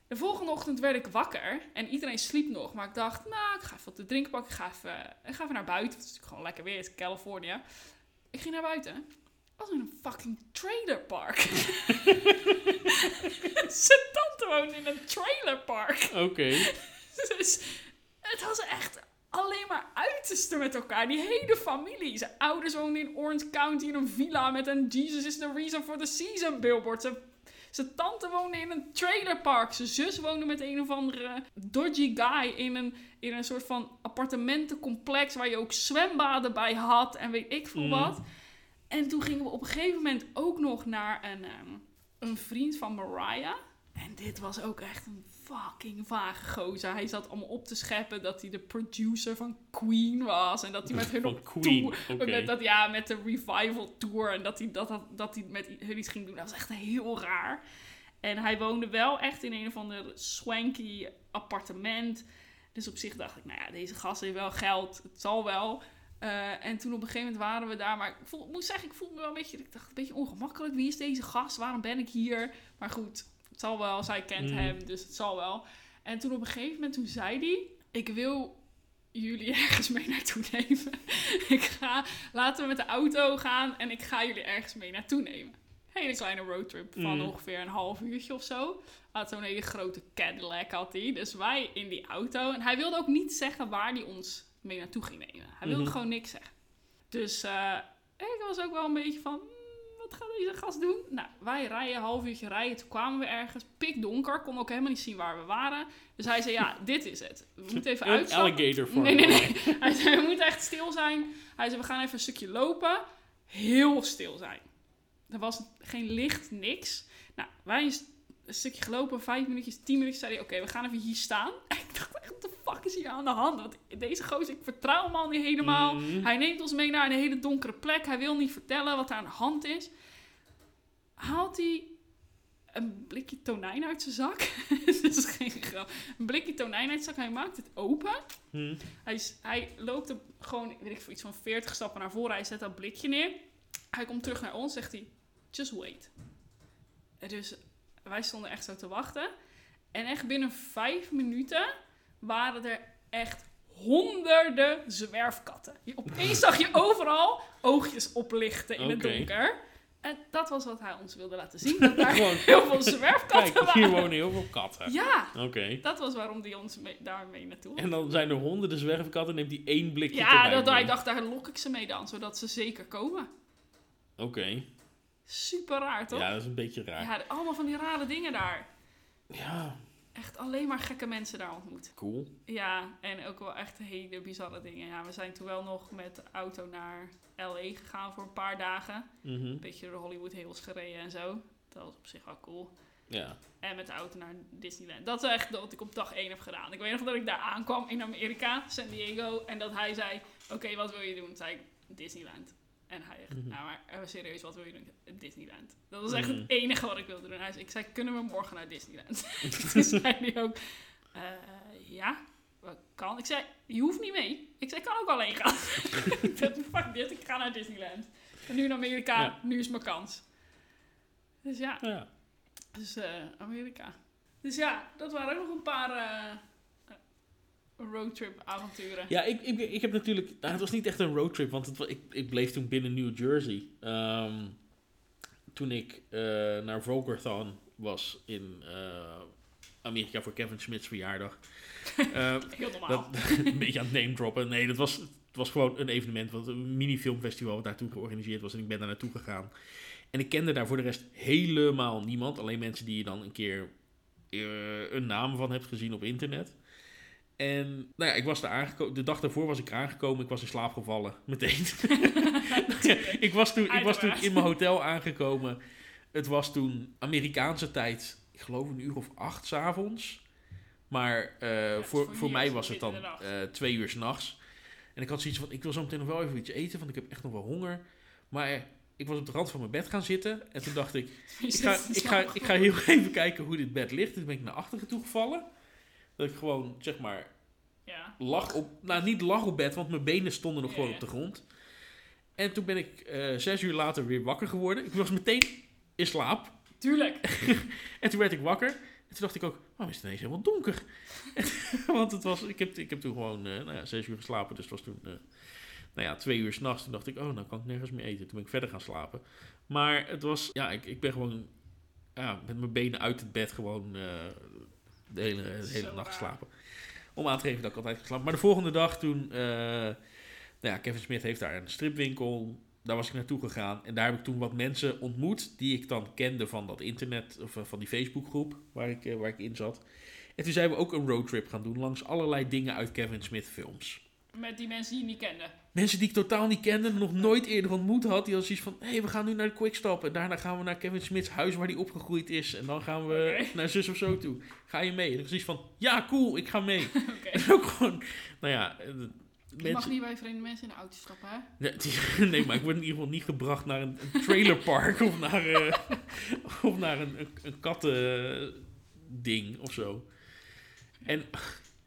B: De volgende ochtend werd ik wakker en iedereen sliep nog. Maar ik dacht, nou, ik ga even wat te drinken pakken. Ik ga even, ik ga even naar buiten. Het is natuurlijk gewoon lekker weer, het is Californië. Ik ging naar buiten. Ik was in een fucking trailerpark. Zijn tante woonde in een trailerpark.
A: Oké.
B: Dus het was echt alleen maar uiterste met elkaar. Die hele familie. Zijn ouders woonden in Orange County in een villa met een Jesus is the reason for the season billboard. Zijn, zijn tante woonde in een trailerpark. Zijn zus woonde met een of andere dodgy guy in een, in een soort van appartementencomplex waar je ook zwembaden bij had en weet ik veel
A: Mm.
B: wat. En toen gingen we op een gegeven moment ook nog naar een, ehm, een vriend van Mariah. En dit was ook echt een fucking vage gozer. Hij zat allemaal op te scheppen dat hij de producer van Queen was. En dat hij met hun
A: Van
B: op
A: Queen,
B: tour...
A: oké.
B: Met dat, ja, met de revival tour. En dat hij, dat, dat, dat hij met hun iets ging doen. Dat was echt heel raar. En hij woonde wel echt in een of ander swanky appartement. Dus op zich dacht ik, nou ja, deze gast heeft wel geld. Het zal wel. Eh, en toen op een gegeven moment waren we daar. Maar ik voel, ik moet zeggen, ik voelde me wel een beetje, ik dacht, een beetje ongemakkelijk. Wie is deze gast? Waarom ben ik hier? Maar goed, het zal wel. Zij kent
A: Mm.
B: hem, dus het zal wel. En toen op een gegeven moment, toen zei hij... Ik wil jullie ergens mee naartoe nemen. ik ga, laten we met de auto gaan en ik ga jullie ergens mee naartoe nemen. Hele kleine roadtrip van
A: Mm.
B: ongeveer een half uurtje of zo. Hij Had zo'n hele grote Cadillac had hij. Dus wij in die auto. En hij wilde ook niet zeggen waar hij ons mee naartoe ging nemen. Hij wilde
A: Mhm.
B: gewoon niks zeggen. Dus eh, ik was ook wel een beetje van, "Hmm, wat gaat deze gast doen? Nou, wij rijden, een half uurtje rijden. Toen kwamen we ergens, pikdonker, kon ook helemaal niet zien waar we waren. Dus hij zei, ja, dit is het. We moeten even
A: Een
B: uitstappen.
A: alligator farm.
B: Nee, nee, nee. Hij zei, we moeten echt stil zijn. Hij zei, we gaan even een stukje lopen. Heel stil zijn. Er was geen licht, niks. Nou, wij een, st- een stukje gelopen, vijf minuutjes, tien minuutjes. Zei hij, oké, we gaan even hier staan. En ik dacht echt, wat de fuck is hier aan de hand? Want deze gozer, ik vertrouw hem al niet helemaal.
A: Mhm.
B: Hij neemt ons mee naar een hele donkere plek. Hij wil niet vertellen wat er aan de hand is. Haalt hij een blikje tonijn uit zijn zak? Dit is geen grap. Een blikje tonijn uit zijn zak. Hij maakt het open.
A: Mhm.
B: Hij, is- hij loopt op gewoon, weet ik veel, iets van 40 stappen naar voren. Hij zet dat blikje neer. Hij komt terug naar ons, zegt hij, just wait. En Dus wij stonden echt zo te wachten. En echt binnen vijf minuten waren er echt honderden zwerfkatten. Je, opeens zag je overal oogjes oplichten in
A: Oké.
B: het donker. En dat was wat hij ons wilde laten zien. Dat daar
A: Gewoon,
B: heel veel zwerfkatten
A: kijk, hier
B: waren.
A: wonen heel veel katten.
B: Ja,
A: Oké.
B: dat was waarom die ons mee, daarmee naartoe had.
A: En dan zijn er honderden zwerfkatten en neemt hij één blikje
B: Ja,
A: erbij
B: dat,
A: mee.
B: hij dacht, daar lok ik ze mee dan, zodat ze zeker komen.
A: Oké.
B: Super raar, toch?
A: Ja, dat is een beetje raar. Ja.
B: Ja, allemaal van die rare dingen daar. Echt alleen maar gekke mensen daar ontmoet.
A: cool.
B: Ja, en ook wel echt hele bizarre dingen. Ja, we zijn toen wel nog met de auto naar L.A. gegaan voor een paar dagen.
A: Mhm.
B: Een beetje door de Hollywood Hills gereden en zo. Dat was op zich wel cool.
A: Ja.
B: En met de auto naar Disneyland. Dat is echt wat ik op dag 1 heb gedaan. Ik weet nog dat ik daar aankwam in Amerika, San Diego. En dat hij zei, oké, wat wil je doen? Toen zei ik, Disneyland. En hij echt,
A: Mhm.
B: nou maar eh, serieus, wat wil je doen? Disneyland. Dat was echt
A: Mhm.
B: het enige wat ik wilde doen. Hij zei, ik zei, kunnen we morgen naar Disneyland? Toen zei hij ook, eh, ja, wat kan. Ik zei, je hoeft niet mee. Ik zei, ik kan ook alleen gaan. ik dacht, fuck dit, ik ga naar Disneyland. En nu naar Amerika,
A: Ja.
B: nu is mijn kans. Dus ja,
A: ja.
B: dus eh, Amerika. Dus ja, dat waren ook nog een paar eh, eh, roadtrip-avonturen.
A: Ja, ik, ik, ik heb natuurlijk. Nou, het was niet echt een roadtrip, want het, wa- ik, ik bleef toen binnen New Jersey. Ehm, toen ik eh, naar Volkerthon was in eh, Amerika voor Kevin Smith's verjaardag. Ehm,
B: Heel normaal.
A: dat, een beetje aan het name droppen. Nee, dat was, het was gewoon een evenement, wat, een minifilmfestival wat daartoe georganiseerd was. En ik ben daar naartoe gegaan. En ik kende daar voor de rest helemaal niemand. Alleen mensen die je dan een keer eh, een naam van hebt gezien op internet. En nou ja, ik was daar aangekomen. De dag daarvoor was ik aangekomen. Ik was in slaap gevallen. Meteen. ik, was toen, ik was toen
B: Uiteraard.
A: in mijn hotel aangekomen. Het was toen Amerikaanse tijd. Ik geloof een uur of acht s'avonds. Maar eh,
B: dus
A: voor,
B: voor
A: voor
B: hier is
A: mij
B: het
A: was het dan
B: midden in de
A: eh, twee uur s'nachts. En ik had zoiets van, ik wil zo meteen nog wel even iets eten, want ik heb echt nog wel honger. Maar ik was op de rand van mijn bed gaan zitten. En toen dacht ik, ik ga, ik, ga, ik ga heel even kijken hoe dit bed ligt. Toen ben ik naar achteren toe gevallen. Dat ik gewoon, zeg maar,
B: Ja.
A: lag op... Nou, niet lag op bed, want mijn benen stonden nog
B: Ja,
A: gewoon
B: ja.
A: op de grond. En toen ben ik eh, zes uur later weer wakker geworden. Ik was meteen in slaap.
B: Tuurlijk.
A: En toen werd ik wakker. En toen dacht ik ook, waarom is het ineens helemaal donker? want het was, ik, heb, ik heb toen gewoon eh, nou ja, zes uur geslapen. Dus het was toen eh, nou ja, twee uur s'nachts. Toen dacht ik, oh, nou kan ik nergens meer eten. Toen ben ik verder gaan slapen. Maar het was, ja, ik, ik ben gewoon ja, met mijn benen uit het bed gewoon eh, de hele, de
B: Zo
A: hele
B: raar.
A: nacht geslapen. Om aan te geven dat ik altijd geslapen. Maar de volgende dag toen, eh, nou ja, Kevin Smith heeft daar een stripwinkel. Daar was ik naartoe gegaan. En daar heb ik toen wat mensen ontmoet die ik dan kende van dat internet, of eh, van die Facebookgroep waar ik, eh, waar ik in zat. En toen zijn we ook een roadtrip gaan doen langs allerlei dingen uit Kevin Smith films
B: Met die mensen die je niet kende.
A: mensen die ik totaal niet kende, nog nooit eerder ontmoet had, die al zoiets van, hé, hey, we gaan nu naar de Quickstop en daarna gaan we naar Kevin Smith's huis waar hij opgegroeid is en dan gaan we
B: Oké.
A: naar zus of zo toe. Ga je mee? En ik zoiets van, ja, cool, ik ga mee.
B: Oké.
A: en ook gewoon, nou ja, eh,
B: Je mag
A: mensen...
B: niet bij vreemde mensen in de auto stappen, hè?
A: Nee, die- nee, maar ik word in ieder geval niet gebracht naar een, een trailerpark of naar, eh, of naar een, een, een katten-ding of zo. En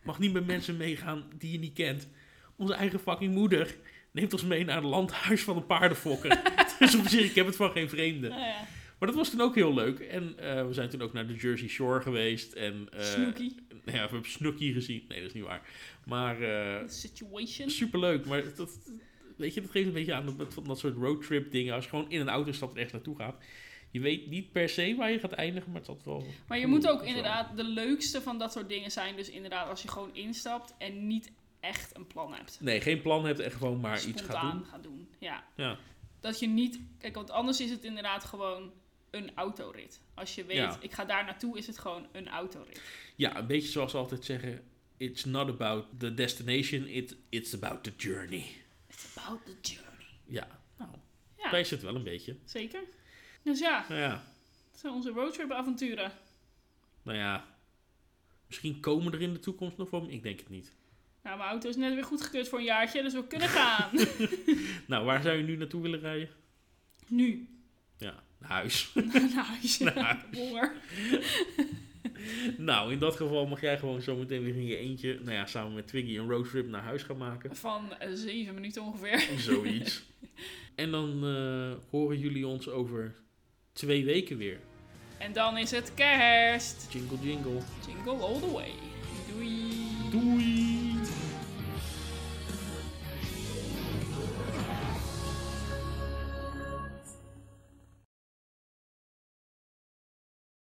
A: mag niet met mensen meegaan die je niet kent. Onze eigen fucking moeder neemt ons mee naar het landhuis van de paardenfokker. dus op zich, ik heb het van geen vreemde.
B: Nou ja.
A: Maar dat was toen ook heel leuk. En eh, we zijn toen ook naar de Jersey Shore geweest. En, eh,
B: Snooky.
A: nou ja, we hebben Snooki gezien. Nee, dat is niet waar. Maar... eh,
B: Situation.
A: Superleuk, maar dat, dat- weet je, dat geeft een beetje aan dat, van dat soort roadtrip dingen. Als je gewoon in een auto stapt en ergens naartoe gaat. Je weet niet per se waar je gaat eindigen, maar het zat wel...
B: Maar je
A: cool
B: moet
A: of
B: ook
A: zo.
B: inderdaad, de leukste van dat soort dingen zijn dus inderdaad als je gewoon instapt en niet echt een plan hebt.
A: Nee, geen plan hebt en gewoon maar iets
B: spontaan
A: gaat doen.
B: Ja.
A: Ja.
B: Dat je niet... Kijk, want anders is het inderdaad gewoon een autorit. Als je weet,
A: Ja.
B: ik ga daar naartoe, is het gewoon een autorit.
A: Ja, een beetje zoals ze altijd zeggen. It's not about the destination, it, it's about the journey.
B: It's about the journey.
A: Ja, nou,
B: Ja,
A: daar is het wel een beetje.
B: zeker. Dus ja,
A: Nou ja,
B: dat zijn onze roadtrip avonturen.
A: nou ja. Misschien komen er in de toekomst nog wel... Ik denk het niet.
B: Nou, mijn auto is net weer goedgekeurd voor een jaartje, dus we kunnen gaan.
A: Nou, waar zou je nu naartoe willen rijden?
B: nu.
A: Ja, naar huis.
B: Naar huis.
A: Naar huis.
B: Honger.
A: Nou, in dat geval mag jij gewoon zo meteen weer in je eentje, nou ja, samen met Twiggy een roadtrip naar huis gaan maken.
B: Van eh, zeven minuten ongeveer.
A: Zoiets. en dan eh, horen jullie ons over twee weken weer.
B: En dan is het kerst.
A: Jingle jingle.
B: Jingle all the way. Doei.
A: Doei.